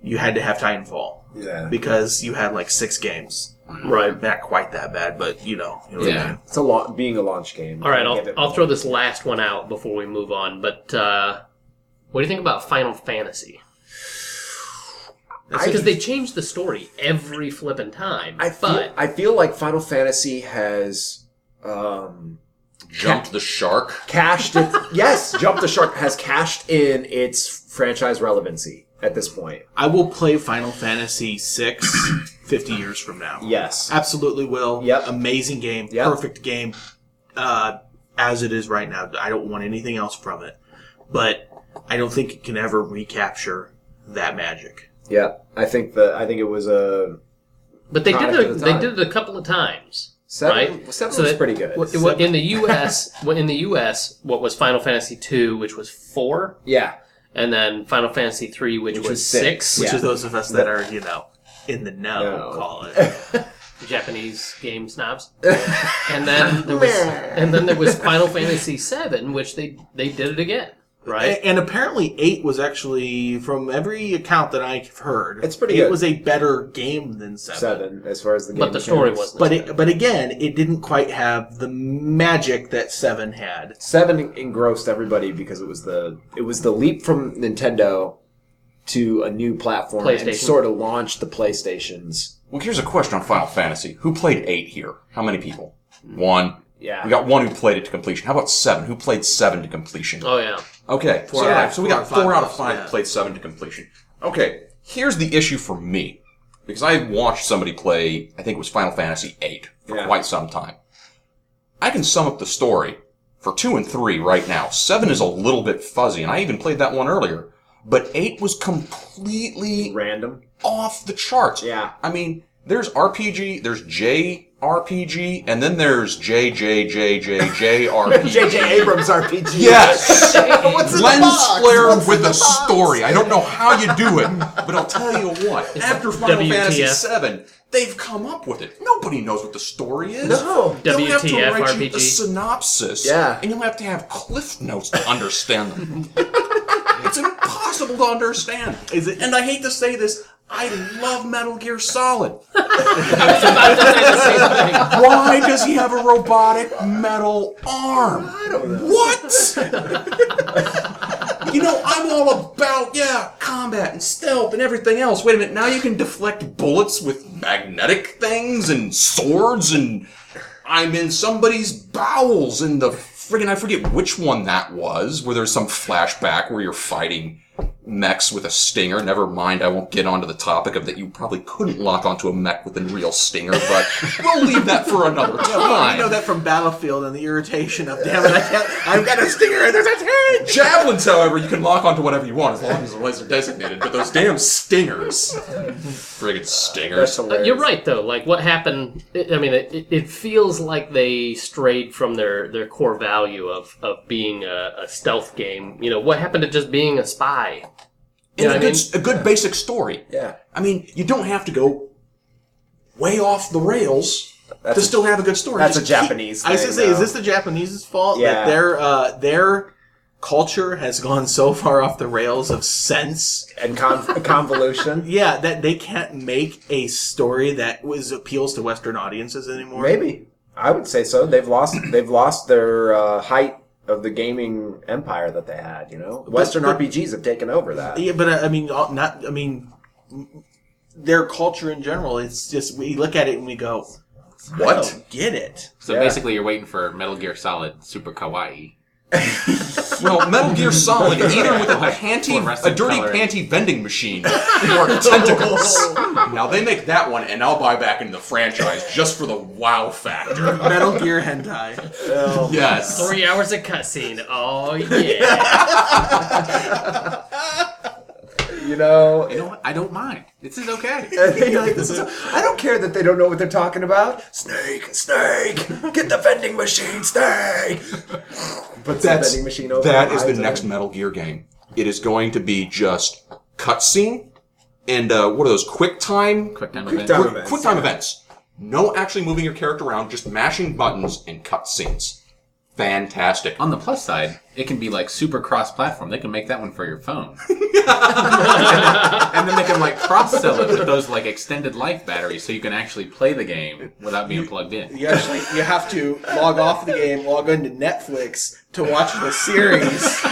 S3: you had to have Titanfall
S4: Yeah.
S3: because you had like six games.
S1: Right.
S3: Not quite that bad, but you know. You know
S6: Yeah.
S4: It's a lot being a launch game.
S1: All right,
S4: Give
S1: I'll,
S4: it-
S1: I'll throw this last one out before we move on. But uh, what do you think about Final Fantasy?
S3: That's
S1: Because they change the story every flippin' time.
S4: I feel,
S1: but
S4: I feel like Final Fantasy has um,
S2: Jumped the shark.
S4: cashed it. yes, Jump the Shark has cashed in its franchise relevancy at this point.
S3: I will play Final Fantasy VI 50 years from now.
S4: Yes.
S3: Absolutely will.
S4: Yep.
S3: Amazing game.
S4: Yep.
S3: Perfect game. Uh, as it is right now. I don't want anything else from it. But I don't think it can ever recapture that magic.
S4: Yeah. I think that I think it was a
S1: but they did
S4: Product
S1: it.
S4: of the
S1: They
S4: time.
S1: did it a couple of titimes.
S4: seven.
S1: Right.
S4: Seven
S1: So
S4: was
S1: that-
S4: pretty good.
S1: Wh- wh- In the U.S., wh- in the U.S., what was Final Fantasy two, which was four,
S4: yeah.
S1: and then Final Fantasy three, which,
S4: Which
S1: was
S4: was six.
S1: six,
S3: Which
S4: Yeah.
S3: is those of us that are, you know, in the know,
S4: No.
S3: call it.
S1: Japanese game snobs. and then there was, and then there was Final Fantasy seven, which they they did it again. Right.
S3: A- and apparently, 8 was actually, from every account that I've heard,
S4: It's pretty
S3: It
S4: good.
S3: was a better game than 7.
S4: Seven as far as the game.
S1: But the story
S4: mechanics.
S1: wasn't.
S3: But,
S1: as
S3: it, but again, it didn't quite have the magic that 7 had.
S4: Seven engrossed everybody because it was the it was the leap from Nintendo to a new platform
S1: PlayStation.
S4: and sort of launched the PlayStations.
S2: Well, here's a question on Final Fantasy. Who played eight here? How many people? One.
S4: Yeah.
S2: We got one who played it to completion. How about seven? Who played seven to completion?
S1: Oh yeah.
S2: Okay, so,
S3: out of-
S2: so we
S3: four
S2: got
S3: out of
S2: four
S3: five
S2: out of
S3: votes,
S2: five
S3: yeah.
S2: that played seven to completion. Okay, here's the issue for me because I watched somebody play. I think it was Final Fantasy VIII for
S4: Yeah.
S2: quite some time. I can sum up the story for two and three right now. Seven is a little bit fuzzy, and I even played that one earlier. But eight was completely
S4: Random.
S2: off the charts.
S4: Yeah.
S2: I mean, there's RPG, there's JRPG, and then there's JJJJJRPG.
S4: J.J. Abrams RPG.
S2: Yes. Lens flare with a story. I don't know how you do it, but I'll tell you what. After Final
S1: WTF?
S2: Fantasy VII, they've come up with it. Nobody knows what the story is.
S4: No.
S2: They'll have to
S1: WTF
S2: write you
S1: RPG.
S2: a synopsis,
S4: Yeah.
S2: and you'll have to have cliff notes to understand them. it's impossible to understand.
S3: Is it-
S2: And I hate to say this, I love Metal Gear Solid. Why does he have a robotic metal arm? I don't know. What? you know, I'm all about, yeah, combat and stealth and everything else. Wait a minute, now you can deflect bullets with magnetic things and swords and I'm in somebody's bowels in the friggin' I forget which one that was, where there's some flashback where you're fighting mechs with a stinger. Never mind, I won't get onto the topic of that you probably couldn't lock onto a mech with a real stinger, but we'll leave that for another
S3: I know
S2: time.
S3: that from Battlefield and the irritation of damn it, I can't, I've got a stinger and there's a turret.
S2: Javelins, however, you can lock onto whatever you want as long as the laser designated, but those damn stingers. Friggin'
S4: That's
S2: stingers.
S4: hilarious.
S1: Uh, You're right though. Like what happened? I I mean, it, it- it feels like they strayed from their, their core value of of being a, a stealth game. You know what happened to just being a spy? You
S2: And
S1: know
S2: a
S1: what I
S2: good,
S1: mean?
S2: a good basic story.
S4: Yeah.
S2: I mean, you don't have to go way off the rails
S4: That's
S2: to
S4: a-
S2: still have a good story.
S4: That's a
S2: Just keep-
S4: Japanese.
S3: I was
S4: thing,
S3: gonna say, is
S4: though.
S3: this the Japanese's fault that
S4: Yeah.
S3: their uh, their culture has gone so far off the rails of sense?
S4: and con- convolution?
S3: Yeah, that they can't make a story that was appeals to Western audiences anymore.
S4: Maybe I would say so. They've lost. They've lost their uh, height of the gaming empire that they had. You know, Western
S3: but-
S4: RPGs have taken over that.
S3: Yeah, but uh, I mean, all- not. I mean, their culture in general. It's just we look at it and we go, I
S2: What?
S3: don't get it?
S6: So
S4: Yeah.
S6: basically, you're waiting for Metal Gear Solid Super Kawaii.
S2: Well, Metal Gear Solid, either with a panty,
S6: Fluorescent
S2: a dirty
S6: coloring.
S2: panty vending machine, or tentacles. Now they make that one, and I'll buy back into the franchise just for the wow factor.
S3: Metal Gear hentai.
S2: Yes.
S1: Three hours of cutscene. Oh yeah.
S4: You know,
S6: You know what? I don't mind. This is okay.
S4: And they like, this is I don't care that they don't know what they're talking about. Snake, snake, get the vending machine, snake. Put the vending machine over.
S2: that
S4: and
S2: is the
S4: hides it.
S2: next Metal Gear game. It is going to be just cutscene and uh, what are those quick time
S6: Quick time
S4: Quick
S6: event.
S4: time.
S2: quick,
S4: events,
S2: quick time events. No actually moving your character around, just mashing buttons and cutscenes. fantastic.
S6: On the plus side, it can be like super cross-platform. They can make that one for your phone, and then they can like cross-sell it with those like extended life batteries, so you can actually play the game without being plugged in.
S3: You actually you have to log off the game, log into Netflix to watch the series.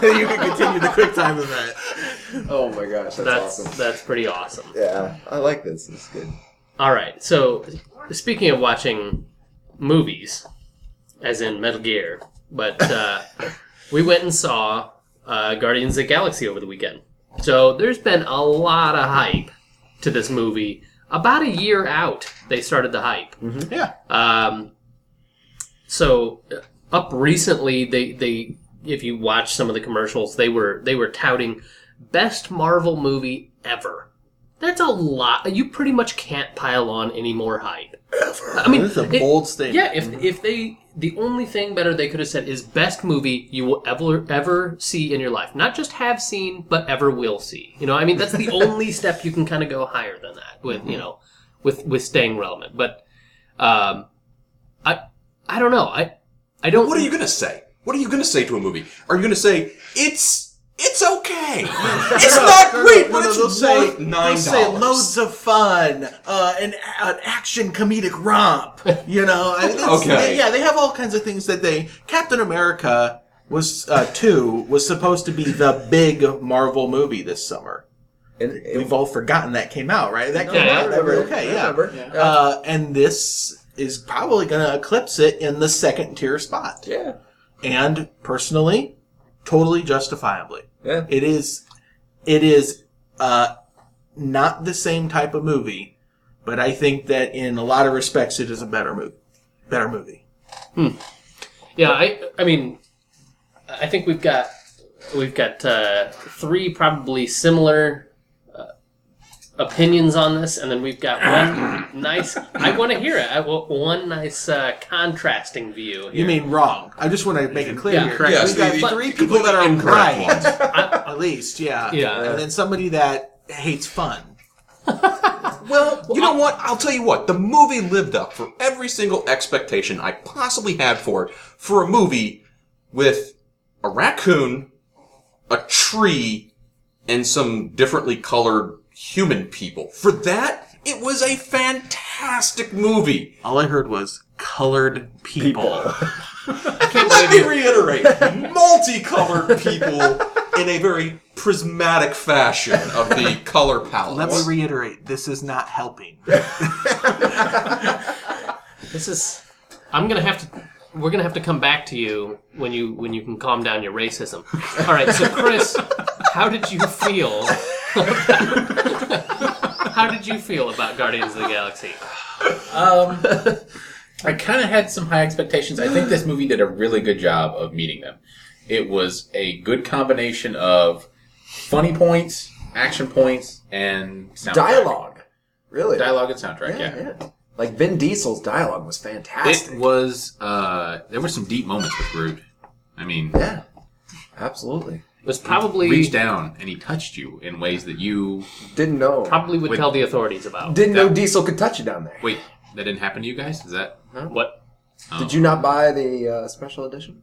S3: Then you can continue the QuickTime event.
S4: Oh my gosh, that's,
S1: That's
S4: awesome.
S1: that's pretty awesome.
S4: Yeah, I like this. It's good.
S1: All right. So, speaking of watching movies, as in Metal Gear, but uh, we went and saw uh, Guardians of the Galaxy over the weekend. So there's been a lot of hype to this movie. About a year out, they started the hype.
S6: Yeah.
S1: Um, so uh, up recently, they they if you watch some of the commercials, they were they were touting best Marvel movie ever. That's a lot. You pretty much can't pile on any more hype. Ever. I mean,
S3: This is a
S1: it-
S3: bold statement.
S1: yeah, if
S2: Mm-hmm.
S1: if they the only thing better they could have said is best movie you will ever ever see in your life. Not just have seen, but ever will see. You know, I mean that's the only step you can kind of go higher than that with,
S2: Mm-hmm.
S1: you know, with with staying relevant. But um I I don't know. I I don't
S2: What are you gonna say? What are you gonna say to a movie? Are you gonna say it's it's okay? it's not great, but
S3: they'll
S2: it's
S3: say,
S2: worth
S3: they'll
S2: nine
S3: say
S2: dollars.
S3: loads of fun, uh, an, an action comedic romp. You know, I mean, that's-
S2: Okay.
S3: they- yeah, they have all kinds of things that they. Captain America was uh, two was supposed to be the big Marvel movie this summer.
S4: And,
S3: We've all forgotten that came out, right? That came
S1: I
S3: out. that was okay, yeah.
S4: Remember.
S3: Uh, and this is probably going to eclipse it in the second tier spot.
S4: Yeah.
S3: And personally, totally justifiably.
S4: Yeah.
S3: It is, it is, uh, not the same type of movie, but I think that in a lot of respects, it is a better movie. Better movie.
S1: Yeah, I I mean I think we've got we've got uh, three probably similar uh, opinions on this, and then we've got one nice. I want to hear it. I want one nice uh, contrasting view. Here.
S3: You mean wrong? I just want to make it clear.
S1: Yeah,
S3: here.
S1: correct.
S2: Yes,
S3: We've got
S2: the- the
S3: three people that are
S2: incorrect
S3: right,
S2: ones.
S3: at least. Yeah.
S1: Yeah.
S3: And then somebody that hates fun.
S2: Well, you know what? I'll tell you what. The movie lived up for every single expectation I possibly had for it for a movie with a raccoon, a tree, and some differently colored human people. For that, it was a fantastic movie.
S3: All I heard was colored people.
S2: Let me reiterate: multicolored people in a very prismatic fashion of the color palette.
S3: Let me reiterate, this is not helping.
S1: This is. I'm gonna have to. We're gonna have to come back to you when you when you can calm down your racism. All right, so Chris, how did you feel? how did you feel about Guardians of the Galaxy?
S6: Um, I kind of had some high expectations. I think this movie did a really good job of meeting them. It was a good combination of funny points, action points, and soundtrack.
S4: Dialogue. Really.
S6: dialogue, and soundtrack. Yeah,
S4: Yeah, yeah. Like Vin Diesel's dialogue was fantastic.
S6: it was. Uh, there were some deep moments with Groot. I mean,
S4: yeah. Absolutely.
S1: It was probably
S6: reached down and he touched you in ways that you
S4: Didn't know.
S1: probably would
S6: with-
S1: tell the authorities about.
S4: Didn't know
S6: That-
S4: Diesel could touch you down there.
S6: wait. That didn't happen to you guys. Is that?
S1: what?
S6: Oh.
S4: Did you not buy the uh, special edition?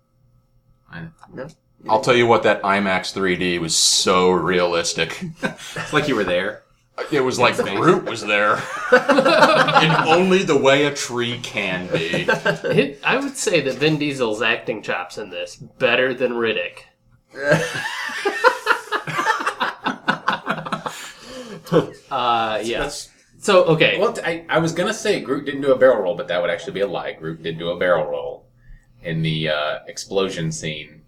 S6: I,
S4: No.
S2: I'll tell you what, that IMAX 3D was so realistic.
S6: it's like you were there.
S2: It was like Groot was there. In only the way a tree can be.
S1: Hit- I would say that Vin Diesel's acting chops in this better than Riddick. uh, yeah. So okay.
S6: Well, I, I was gonna say Groot didn't do a barrel roll, but that would actually be a lie. Groot did do a barrel roll in the uh, explosion scene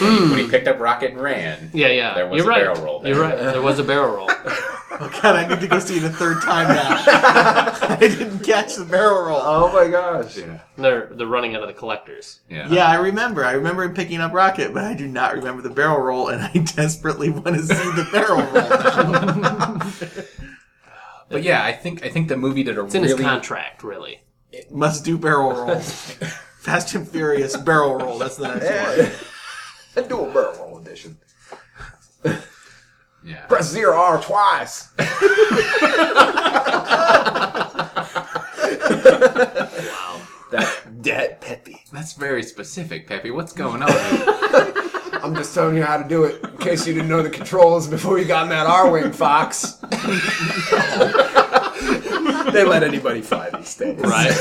S6: when, he, when he picked up Rocket and ran.
S1: Yeah, yeah.
S6: There was
S1: You're
S6: a
S1: right.
S6: barrel roll there.
S1: You're right. There was a barrel roll.
S3: Oh god, I need to go see it a third time now. I didn't catch the barrel roll.
S4: Oh my gosh.
S1: They're they're running out of the collectors.
S6: Yeah.
S3: Yeah, I remember. I remember him picking up Rocket, but I do not remember the barrel roll, and I desperately want to see the barrel roll.
S6: But yeah, I think I think the movie did a
S1: It's in
S6: really
S1: his contract, really.
S3: Must do barrel rolls. Fast and Furious barrel roll. That's the next one.
S4: Yeah. A dual barrel roll edition.
S6: yeah.
S4: Press zero R twice.
S1: Wow.
S4: That Debt, Peppy.
S6: That's very specific, Peppy. What's going on?
S7: I'm just telling you how to do it in case you didn't know the controls before you got in that R wing, Fox.
S4: They let anybody fly these days.
S1: Right.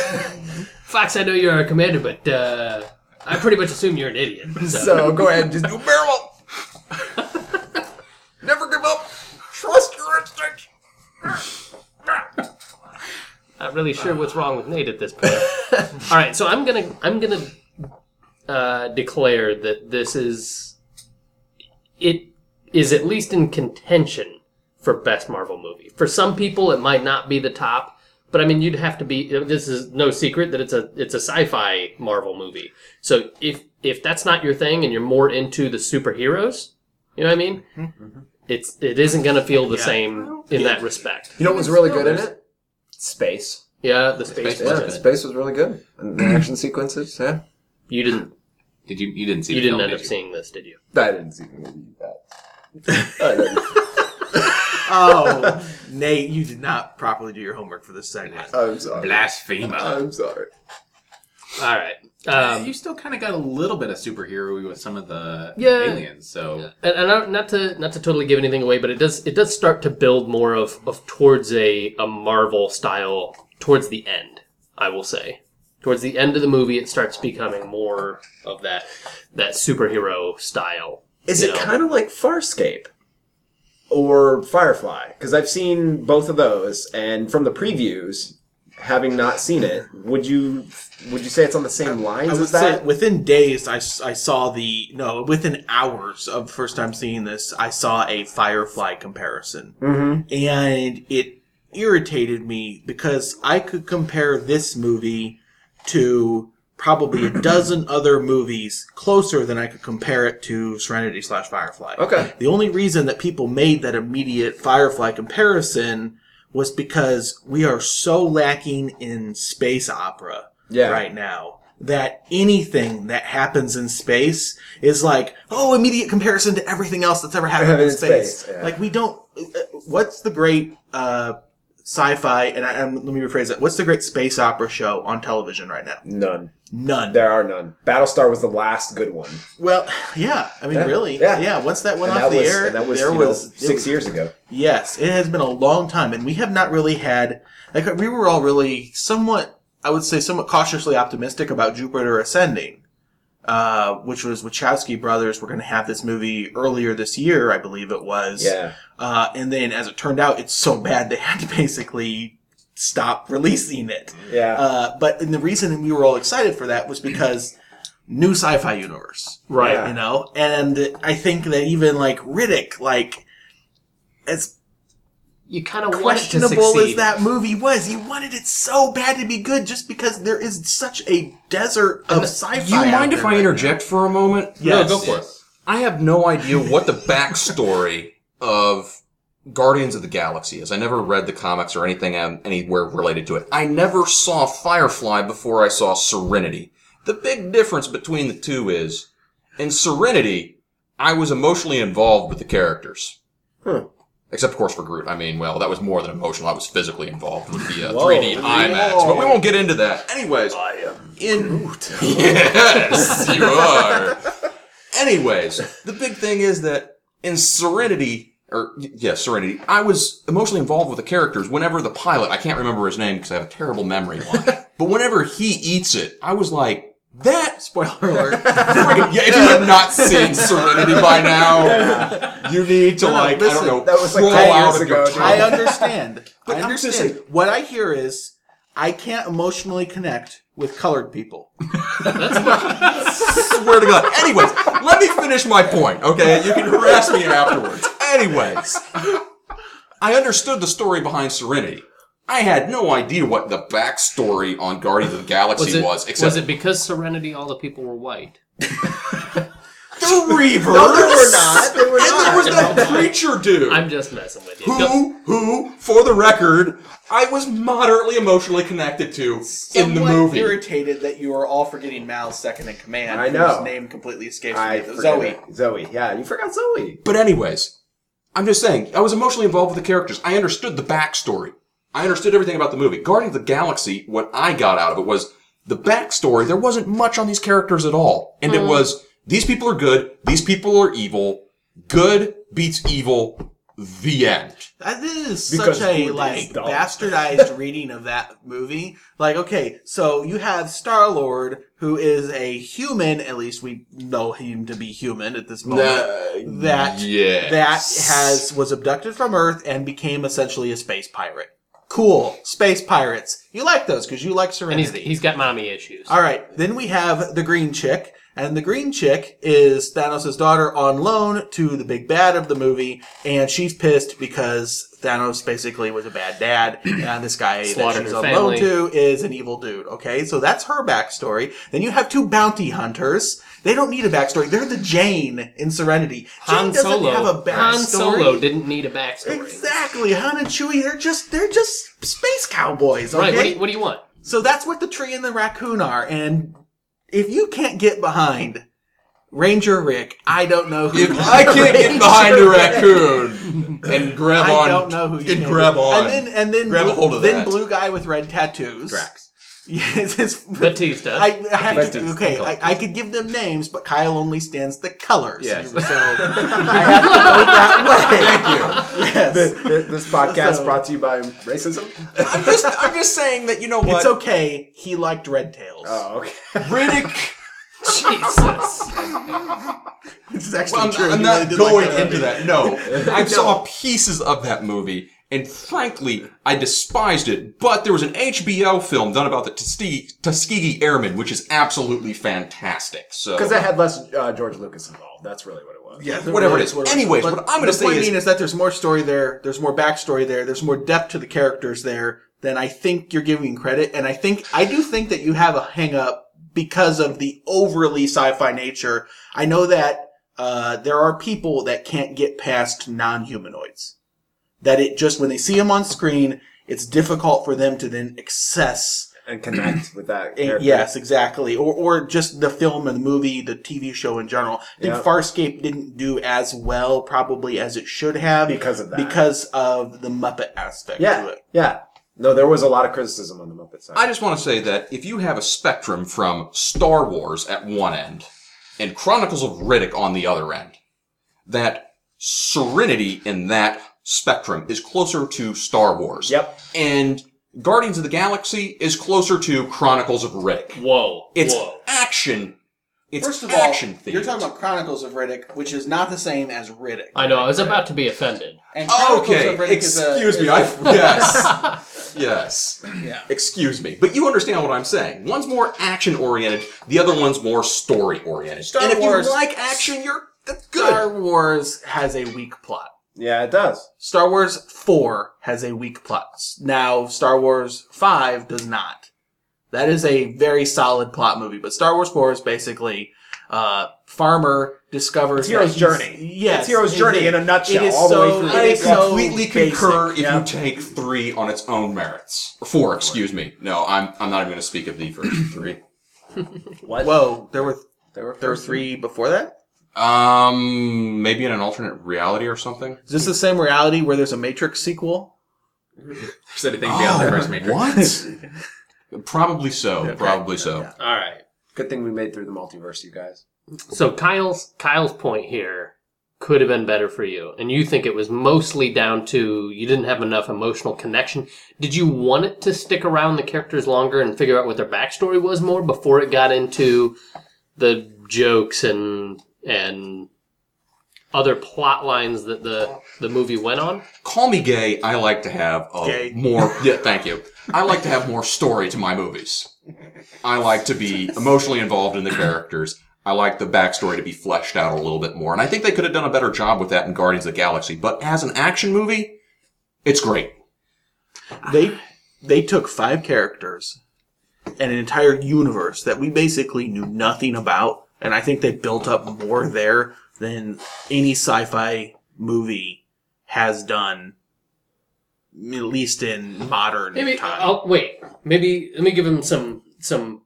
S1: Fox, I know you're a commander, but uh, I pretty much assume you're an idiot. So,
S7: So go ahead and just do a barrel. up.
S2: Never give up. Trust your instincts.
S1: not really sure what's wrong with Nate at this point. All right, so I'm gonna I'm gonna uh, declare that this is it is at least in contention for best Marvel movie. For some people, it might not be the top, but I mean, you'd have to be. This is no secret that it's a it's a sci-fi Marvel movie. So if if that's not your thing and you're more into the superheroes, you know what I mean. Mm-hmm. It's it isn't gonna feel the same in that respect.
S7: You know what was really good in it? Space.
S1: Yeah, the space.
S6: Space
S1: was
S6: Jam.
S4: Yeah,
S1: good.
S4: space was really good. And the action sequences, yeah.
S1: You didn't
S6: did you? You didn't see?
S1: you
S6: the
S1: didn't
S6: film,
S1: end
S6: did
S1: up
S6: you?
S1: seeing this, did you?
S4: I didn't see that. I didn't.
S3: Oh, Nate, you did not properly do your homework for this segment.
S4: I'm sorry.
S6: Blasphemer.
S4: I'm sorry.
S1: All right. Um,
S6: you still kind of got a little bit of superhero with some of the
S1: Yeah.
S6: aliens. So
S1: and, and I- not to not to totally give anything away, but it does it does start to build more of, of towards a, a Marvel style towards the end. I will say, towards the end of the movie, it starts becoming more of that that superhero style.
S4: Is
S1: you
S4: it
S1: know?
S4: kind of like Farscape or Firefly? Because I've seen both of those, and from the previews, having not seen it, would you would you say it's on the same lines
S3: I would
S4: as
S3: say
S4: that?
S3: within days, I, s- I saw the no within hours of the first time seeing this, I saw a Firefly comparison,
S4: Hmm.
S3: mm-hmm. and it irritated me because I could compare this movie to probably a dozen other movies closer than I could compare it to Serenity slash Firefly.
S4: Okay.
S3: The only reason that people made that immediate Firefly comparison was because we are so lacking in space opera
S4: Yeah.
S3: right now that anything that happens in space is like oh immediate comparison to everything else that's ever happened in
S4: In
S3: space,
S4: space, yeah.
S3: like we don't uh, uh, what's the great uh sci-fi and I, um, let me rephrase that what's the great space opera show on television right now
S4: None.
S3: none
S4: There are none. Battlestar was the last good one.
S3: well yeah i mean
S4: Yeah,
S3: really
S4: yeah.
S3: once that went
S4: And
S3: off
S4: that
S3: the
S4: was,
S3: air
S4: and that was,
S3: there
S4: you know,
S3: was it
S4: six
S3: was-
S4: years ago.
S3: Yes, it has been a long time, and we have not really had like we were all really somewhat, I would say, somewhat cautiously optimistic about Jupiter Ascending, uh, which was Wachowski brothers were going to have this movie earlier this year, I believe it was.
S4: Yeah.
S3: Uh, and then, as it turned out, it's so bad they had to basically stop releasing it.
S4: Yeah.
S3: Uh, but and the reason we were all excited for that was because new sci-fi universe
S1: Right.
S4: Yeah.
S3: you know and i think that even like riddick like as
S1: You kind of
S3: questionable as that movie was, you wanted it so bad to be good just because there is such a desert of sci-fi.
S2: Do you
S3: out
S2: mind if
S3: there
S2: I
S3: right
S2: interject for a moment?
S3: now. Yes.
S1: No, go for it.
S2: I have no idea what the backstory of Guardians of the Galaxy is. I never read the comics or anything um, anywhere related to it. I never saw Firefly before I saw Serenity. The big difference between the two is in Serenity, I was emotionally involved with the characters.
S4: Huh.
S2: Except, of course, for Groot. I mean, well, that was more than emotional. I was physically involved with the uh,
S4: Whoa.
S2: 3D IMAX. But we won't get into that. Anyways, in Yes, you are. Anyways, the big thing is that in Serenity, or y- yeah, Serenity, I was emotionally involved with the characters. Whenever the pilot, I can't remember his name because I have a terrible memory, on it, but whenever he eats it, I was like, that spoiler alert. Friggin- yeah, if you have not seen Serenity by now, you need to like I
S3: listen,
S2: don't know
S4: that was like
S2: crawl
S4: 10
S2: out
S4: years
S2: of your
S4: ago, dude.
S3: I
S2: trunk.
S3: understand.
S4: But
S3: I
S4: I'm just
S3: understand. what I hear is I can't emotionally connect with colored people.
S2: swear to God. Anyways, let me finish my point, okay? You can harass me afterwards. Anyways, I understood the story behind Serenity. I had no idea what the backstory on Guardians of the Galaxy was,
S1: Was it,
S2: except
S1: was it because Serenity, all the people were white?
S2: the Reavers.
S4: No, they were not. They were
S2: and
S4: not.
S2: there was that preacher dude.
S1: I'm just messing with you. Go-
S2: who, who, for the record, I was moderately emotionally connected to in the
S3: Somewhat
S2: movie.
S3: irritated that you are all forgetting Mal's second in command.
S4: I know.
S3: Whose name completely escapes
S4: I
S3: me.
S4: forgot
S3: Zoe.
S4: it. Zoe. Yeah, you forgot Zoe.
S2: But anyways, I'm just saying, I was emotionally involved with the characters. I understood the backstory. I understood everything about the movie. Guardians of the Galaxy, what I got out of it was the backstory, there wasn't much on these characters at all. And
S3: Mm.
S2: it was these people are good, these people are evil, good beats evil, the end.
S3: That is
S8: Because
S3: such a
S8: Woody is
S3: like
S8: dumb.
S3: bastardized reading of that movie. Like, okay, so you have Star Lord, who is a human. At least we know him to be human at this moment. that
S2: yes.
S3: that has was abducted from Earth and became essentially a space pirate. Cool, space pirates. You like those because you like
S1: And
S3: Serenity.
S1: he's, he's got mommy issues.
S3: All right. Then we have the green chick, and the green chick is Thanos' daughter on loan to the big bad of the movie, and she's pissed because Thanos basically was a bad dad, and this guy that
S1: Slaughtered
S3: she's
S1: her
S3: on loan
S1: family.
S3: to is an evil dude. Okay, so that's her backstory. Then you have two bounty hunters. They don't need a backstory. They're the Jane in Serenity. Jane
S1: Han
S3: doesn't
S1: Solo.
S3: have a backstory.
S1: Han Solo didn't need a backstory.
S3: Exactly, Han and Chewie. They're just they're just space cowboys. Okay,
S1: Right. What do, you, what do you want?
S3: so that's what the tree and the raccoon are. And if you can't get behind Ranger Rick, I don't know who.
S2: If I can't get behind a raccoon and grab
S3: I
S2: on,
S3: don't know who you
S2: and
S3: can
S2: grab
S3: get.
S2: on,
S3: and then and then
S2: grab a
S3: blue,
S2: hold of
S3: then
S2: that.
S3: blue guy with red tattoos.
S2: Drax.
S3: Yes, it's,
S1: Batista.
S3: I, I have to,
S6: Batista.
S3: okay. I, I could give them names, but Kyle only stands the colors.
S6: Yes.
S3: So I have to go that way. Thank you. Yes.
S4: Th- This podcast
S3: So-
S4: brought to you by racism.
S2: I'm just, I'm just saying that you know what?
S3: It's okay. He liked red tails.
S4: Oh, okay.
S2: Riddick.
S1: Jesus.
S3: This is actually
S2: Well, I'm,
S3: true.
S2: I'm
S3: He
S2: not
S3: really did like
S2: going
S3: red
S2: into
S3: tails.
S2: that. No, I saw pieces of that movie, and frankly, I despised it. But there was an HBO film done about the Tuskegee, Tuskegee Airmen, which is absolutely fantastic. So
S4: Because that had less uh, George Lucas involved. That's really what it was.
S3: Yeah, there
S2: Whatever it
S3: was,
S2: is.
S3: whatever.
S2: Anyways,
S3: But
S2: what I'm gonna
S3: the
S2: say
S3: point
S2: is-
S3: being is that there's more story there, there's more backstory there, there's more depth to the characters there than I think you're giving credit. And I think I do think that you have a hang up because of the overly sci-fi nature. I know that uh, there are people that can't get past non-humanoids. That it just when they see them on screen, it's difficult for them to then access
S4: And connect with that.
S3: Eh,
S4: character.
S3: Yes, exactly. Or, or just the film and the movie, the TV show in general. I think
S4: Yeah.
S3: Farscape didn't do as well probably as it should have
S4: Because of that.
S3: because of the Muppet aspect to
S4: Yeah.
S3: it.
S4: Yeah. No, there was a lot of criticism on the Muppet side.
S2: I just want to say that if you have a spectrum from Star Wars at one end and Chronicles of Riddick on the other end, that serenity in that spectrum is closer to Star Wars.
S4: Yep.
S2: And Guardians of the Galaxy is closer to Chronicles of Riddick.
S1: Whoa.
S2: It's
S1: Whoa.
S2: action. It's
S3: First of all,
S2: action themed.
S3: you're talking about Chronicles of Riddick, which is not the same as Riddick.
S1: I know. I was about to be offended.
S3: And
S2: okay, excuse me. I yes, yes,
S3: uh, Yeah.
S2: Excuse me, but you understand what I'm saying. One's more action oriented, the other one's more story oriented.
S3: Star
S2: and if
S3: Wars-
S2: you like action, you're that's good.
S3: Star Wars has a weak plot.
S4: yeah, it does.
S3: Star Wars 4 has a weak plot. Now, Star Wars 5 does not. That is a very solid plot movie, but Star Wars 4 is basically, uh, Farmer discovers.
S4: It's Hero's
S3: that he's-
S4: Journey.
S3: Yes.
S4: It's Hero's
S3: it-
S4: Journey in a nutshell,
S3: It is
S4: all the way
S3: so-
S4: through.
S3: it
S2: I
S3: is so
S2: completely
S3: basic.
S2: concur if
S4: yeah.
S2: you take three on its own merits. Or Four, excuse me. No, I'm I'm not even going to speak of the first three.
S3: Whoa, there were,
S4: There were,
S3: there were three before that?
S2: Um, maybe in an alternate reality or something.
S3: Is this the same reality where there's a Matrix sequel?
S6: Is anything beyond
S4: Oh,
S3: Oh,
S6: the first Matrix?
S2: what? probably so. Probably so.
S1: All right.
S4: Good thing we made through the multiverse, you guys.
S1: So Kyle's Kyle's point here could have been better for you, and you think it was mostly down to you didn't have enough emotional connection. Did you want it to stick around the characters longer and figure out what their backstory was more before it got into the jokes and and other plot lines that the the movie went on?
S2: Call me gay. I like to have a
S3: Gay.
S2: more. Yeah, thank you. I like to have more story to my movies. I like to be emotionally involved in the characters. I like the backstory to be fleshed out a little bit more, and I think they could have done a better job with that in Guardians of the Galaxy. But as an action movie, it's great.
S3: They, they took five characters and an entire universe that we basically knew nothing about, and I think they built up more there than any sci-fi movie has done, at least in modern
S1: Maybe uh,
S3: time.
S1: I'll wait. Maybe let me give him some some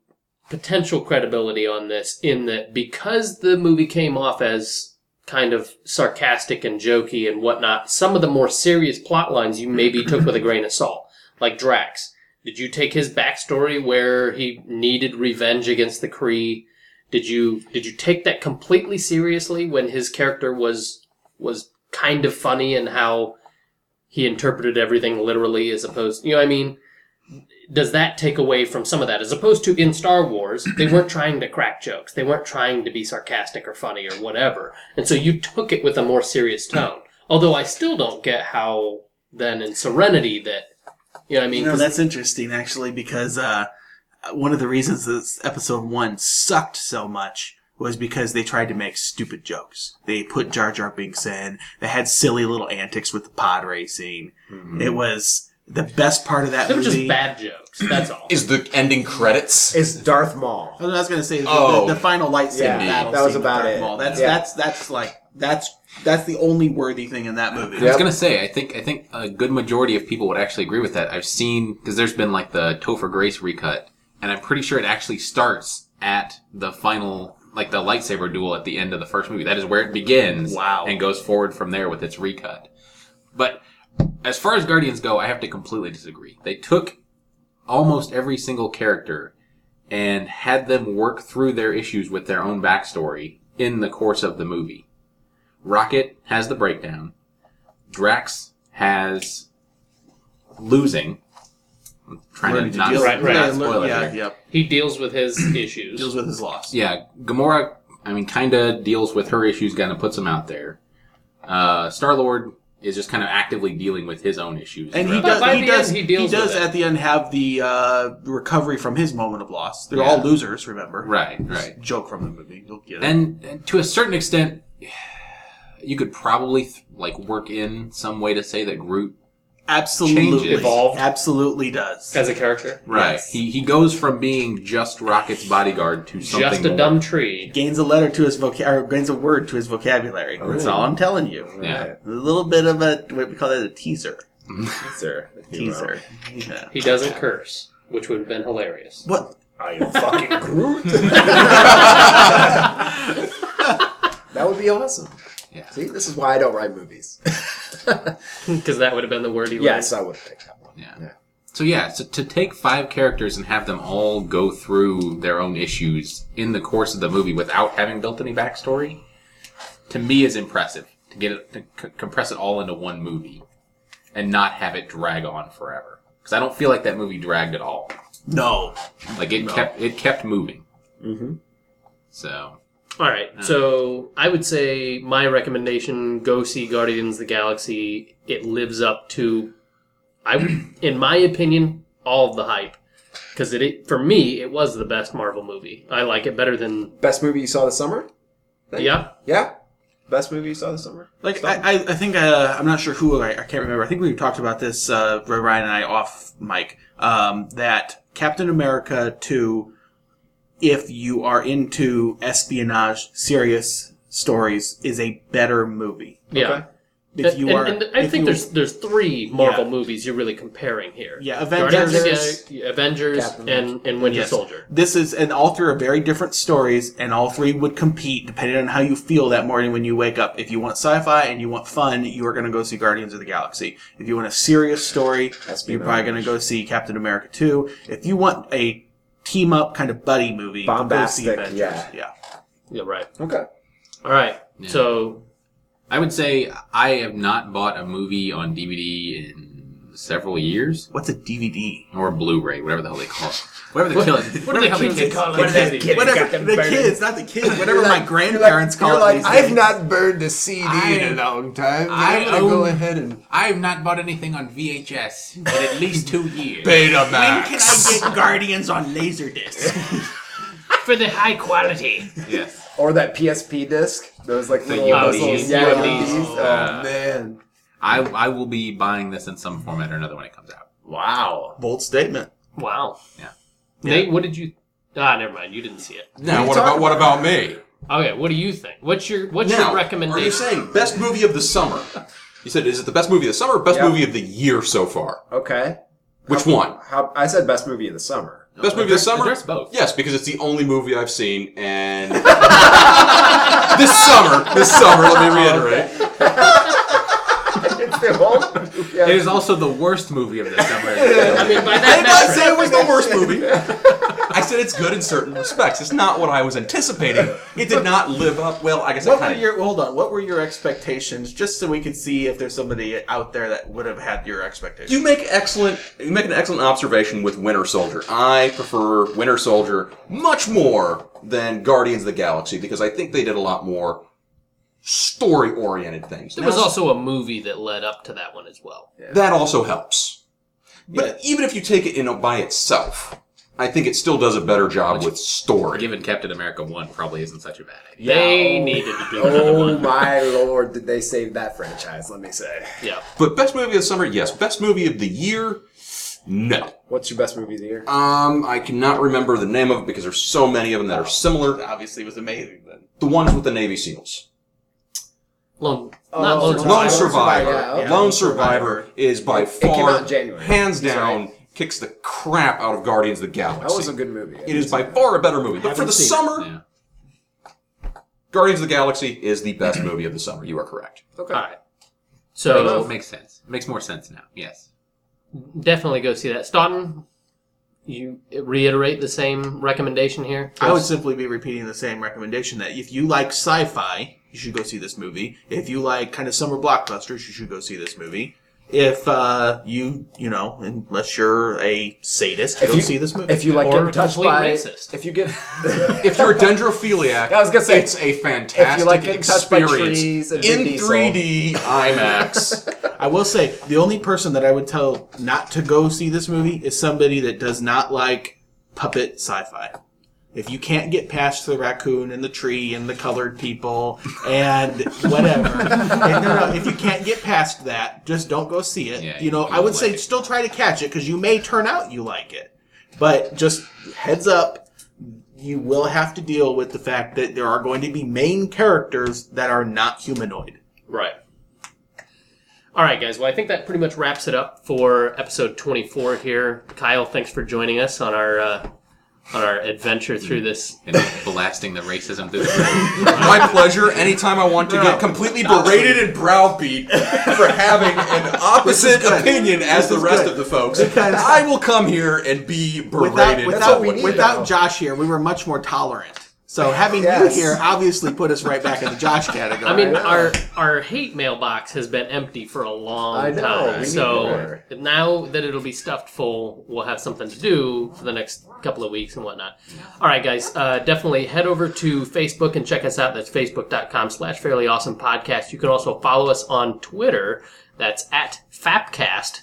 S1: potential credibility on this in that because the movie came off as kind of sarcastic and jokey and whatnot, some of the more serious plot lines you maybe took with a grain of salt, like Drax. Did you take his backstory where he needed revenge against the Kree? Did you did you take that completely seriously when his character was was kind of funny and how he interpreted everything literally as opposed you know what I mean? Does that take away from some of that? As opposed to in Star Wars, they weren't trying to crack jokes. They weren't trying to be sarcastic or funny or whatever. And so you took it with a more serious tone. Although I still don't get how then in Serenity that you know what I mean?
S3: You know,
S1: 'Cause
S3: that's interesting actually because uh, one of the reasons this episode one sucked so much was because they tried to make stupid jokes. They put Jar Jar Binks in. They had silly little antics with the pod racing. It was the best part of that
S1: They were just
S3: movie.
S1: bad jokes. That's all.
S2: Is the ending credits?
S4: It's Darth Maul.
S3: I was going to say the,
S2: Oh.
S3: the, the final lightsaber
S4: Yeah,
S3: battle.
S4: that was
S3: scene with
S4: about
S3: Darth
S4: it.
S3: Maul. That's
S4: Yeah.
S3: that's that's like that's that's the only worthy thing in that movie.
S6: I was
S4: Yep.
S6: gonna say, I think I think a good majority of people would actually agree with that. I've seen because there's been like the Topher Grace recut, and I'm pretty sure it actually starts at the final, like the lightsaber duel at the end of the first movie. That is where it begins,
S3: Wow.
S6: and goes forward from there with its recut. But as far as Guardians go, I have to completely disagree. They took almost every single character and had them work through their issues with their own backstory in the course of the movie. Rocket has the breakdown. Drax has losing. I'm trying
S3: Learning to
S6: to not,
S3: deal-
S1: Right, right.
S6: not
S3: yeah,
S6: spoil
S3: learn-
S6: it
S3: yeah,
S6: there.
S3: yep.
S1: he deals with his issues.
S3: Deals with his loss.
S6: Yeah, Gamora. I mean, kind of deals with her issues, kind of puts them out there. Uh, Star Lord is just kind of actively dealing with his own issues.
S3: And he
S1: But
S3: does.
S1: by
S3: He
S1: the
S3: does.
S1: end, he
S3: he,
S1: deals
S3: does
S1: with it.
S3: at the end have the uh, recovery from his moment of loss. They're all
S6: Yeah.
S3: losers, remember?
S6: right, right.
S3: Joke from the movie. You'll get it.
S6: And, and to a certain extent, you could probably th- like work in some way to say that Groot.
S3: absolutely
S6: changes.
S1: Evolved.
S3: Absolutely does.
S1: as a character.
S6: Right.
S3: Yes.
S6: He he goes from being just Rocket's bodyguard to something
S1: Just a
S6: more.
S1: dumb tree.
S3: Gains a letter to his voc- or gains a word to his vocabulary.
S1: Oh,
S3: That's all I'm telling you.
S6: Yeah.
S3: A little bit of a what we call it a teaser.
S4: Teaser.
S3: Teaser. Yeah.
S1: He doesn't curse, which would have been hilarious.
S3: What?
S4: I am fucking Groot. that would be awesome.
S6: Yeah.
S4: See, this is why I don't write movies.
S1: Because that would have been the word he
S4: yes, I would pick that one.
S6: Yeah.
S4: Yeah.
S6: So yeah, so to take five characters and have them all go through their own issues in the course of the movie without having built any backstory, to me is impressive. To get it, to c- compress it all into one movie, and not have it drag on forever. Because I don't feel like that movie dragged at all.
S3: No.
S6: Like it kept it kept moving. Mm-hmm. So
S1: All right. So I would say my recommendation: go see Guardians of the Galaxy. It lives up to, I, would- in my opinion, all of the hype. Because it, it, for me, it was the best Marvel movie. I like it better than
S4: Best movie you saw this summer?
S1: yeah.
S4: Yeah. Best movie you saw this summer?
S3: Like I, I, I think uh, I'm not sure who I, I can't remember. I think we talked about this uh, Ryan and I off mic um, that Captain America two, if you are into espionage serious stories, is a better movie.
S1: Yeah,
S3: If you
S1: Uh, and,
S3: are,
S1: and I
S3: if
S1: think
S3: you-
S1: there's there's three Marvel
S3: Yeah.
S1: movies you're really comparing here.
S3: yeah
S1: Guardians, of the
S3: Avengers.
S1: Ga- Avengers,
S4: Captain
S1: and and Winter
S3: Yes.
S1: Soldier.
S3: This is, and all three are very different stories, and all three would compete depending on how you feel that morning when you wake up. If you want sci-fi and you want fun, you are going to go see Guardians of the Galaxy. If you want a serious story, you're probably going to go see Captain America 2. If you want a team up kind of buddy movie,
S4: Bombastic,
S3: go see Avengers.
S4: yeah.
S3: yeah.
S1: Yeah, right.
S4: Okay.
S1: All right. So
S6: I would say I have not bought a movie on DVD in several years
S3: What's a DVD?
S6: or Blu-ray, whatever the hell they call it, whatever the hell
S1: What do
S6: whatever
S1: they
S6: the hell they
S1: kids
S6: kids
S1: call it?
S3: Whatever the kids, not the kids. Whatever
S4: You're like-
S3: my grandparents
S4: you're
S3: call
S4: like-
S3: it. these
S7: I've
S3: days.
S7: not burned a CD
S6: I-
S7: in a long time. I'm
S6: I
S7: gonna go
S6: own-
S7: ahead and
S6: I've not bought anything on VHS in at least two years.
S2: Beta
S3: When can I get Guardians on Laserdisc?
S1: for the high quality.
S6: Yes.
S4: Or that PSP disc. Those like little
S6: UMDs.
S4: those little- yeah,
S1: Oh,
S4: UMDs.
S7: Oh,
S4: Uh,
S7: man.
S6: I, I will be buying this in some format or another when it comes out.
S4: wow.
S3: Bold statement.
S1: Wow.
S6: Yeah.
S1: Nate, what did you? Ah, never mind. You didn't see it.
S2: Now,
S4: you
S2: what about
S4: talking
S2: what about me?
S1: Okay. What do you think? What's your What's
S2: Now,
S1: your
S2: are
S1: recommendation?
S2: you saying best movie of the summer? You said, is it the best movie of the summer? or Best
S4: Yeah.
S2: movie of the year so far?
S4: Okay.
S2: Which one?
S4: How, I said best movie of the summer.
S2: Best movie of the summer?
S6: There's both.
S2: Yes, because it's the only movie I've seen, and this summer, this summer, let me reiterate.
S4: It's the whole
S6: It is also the worst movie of the
S1: I
S6: summer.
S1: mean, by
S2: I
S1: that
S2: did not
S1: metric,
S2: say it was the worst movie. I said it's good in certain respects. It's not what I was anticipating. It did not live up. Well, I guess I
S3: What were
S2: kind of
S3: your hold on? What were your expectations? Just so we could see if there's somebody out there that would have had your expectations.
S2: You make excellent. You make an excellent observation with Winter Soldier. I prefer Winter Soldier much more than Guardians of the Galaxy because I think they did a lot more story-oriented things.
S1: there
S2: Now,
S1: was also a movie that led up to that one as well.
S2: that also helps. But even if you take it in a- by itself, I think it still does a better job with story.
S6: Given Captain America 1 probably isn't such a bad idea.
S1: They needed to do another
S4: Oh
S1: one.
S4: my lord, did they save that franchise? Let me say.
S1: Yeah.
S2: But best movie of the summer, yes. Best movie of the year, no.
S4: What's your best movie of the year?
S2: Um, I cannot remember the name of it because there's so many of them that are similar.
S3: obviously was amazing then.
S2: The ones with the Navy SEALs.
S1: Lone, not Lone
S3: Lone
S1: Survivor.
S2: Lone Uh, Survivor.
S4: Survivor, yeah.
S2: Lone Survivor is by
S4: came
S2: far,
S4: out in January.
S2: hands
S4: He's
S2: down, kicks the crap out of Guardians of the
S4: That
S2: Galaxy.
S4: was a good movie.
S2: it is by far a better movie. But for the summer,
S6: Yeah.
S2: Guardians of the Galaxy is the best movie of the summer. You are correct.
S4: Okay.
S1: All right.
S6: So it
S1: So
S6: makes sense. makes more sense now. Yes.
S1: definitely go see that. Stoughton, you reiterate the same recommendation here.
S3: I would simply be repeating the same recommendation that if you like sci-fi, you should go see this movie. If you like kind of summer blockbusters, you should go see this movie. If uh, you you know, unless you're a sadist, go
S4: you-
S3: see this movie.
S4: If you like
S1: Or
S4: getting touched
S1: complete
S4: by,
S1: racist.
S4: if you get,
S6: If you're a dendrophiliac,
S4: I was gonna say,
S6: it's a fantastic
S4: if you like getting touched by
S6: experience.
S4: trees and Vin
S2: In
S4: Diesel.
S2: 3D IMAX.
S3: I will say the only person that I would tell not to go see this movie is somebody that does not like puppet sci-fi. If you can't get past the raccoon and the tree and the colored people and whatever, and no, no, if you can't get past that, just don't go see it.
S6: Yeah,
S3: you know,
S6: you
S3: I would
S6: like
S3: say
S6: it.
S3: still try to catch it because you may turn out you like it, but just heads up. You will have to deal with the fact that there are going to be main characters that are not humanoid.
S1: Right. All right, guys. Well, I think that pretty much wraps it up for episode 24 here. Kyle, thanks for joining us on our uh, on our adventure through this.
S6: and blasting the racism through the
S2: My pleasure. Anytime I want to
S3: No.
S2: get completely berated and browbeat for having an opposite opinion as the rest of the folks, I will come here and be
S3: without
S2: berated.
S3: without,
S2: for what-
S4: need,
S3: without
S4: though.
S3: Josh here, we were much more tolerant. So having
S4: Yes.
S3: you here obviously put us right back in the Josh category.
S1: I mean, our our hate mailbox has been empty for a long
S4: I know, we
S1: time.
S4: need
S1: So
S4: more.
S1: now that it'll be stuffed full, we'll have something to do for the next couple of weeks and whatnot. All right, guys. Uh, definitely head over to Facebook and check us out. That's facebook.com slash fairly awesome podcast. You can also follow us on Twitter. That's at Fapcast.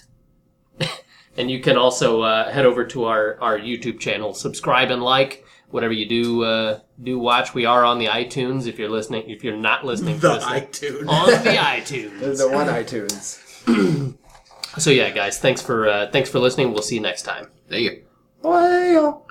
S1: And you can also uh, head over to our, our YouTube channel, subscribe and like whatever you do uh, do watch. We are on the iTunes if you're listening. If you're not listening, the iTunes on the iTunes.
S4: the one iTunes.
S1: So yeah, guys, thanks for uh, thanks for listening. We'll see you next time.
S6: There you go.
S4: Well.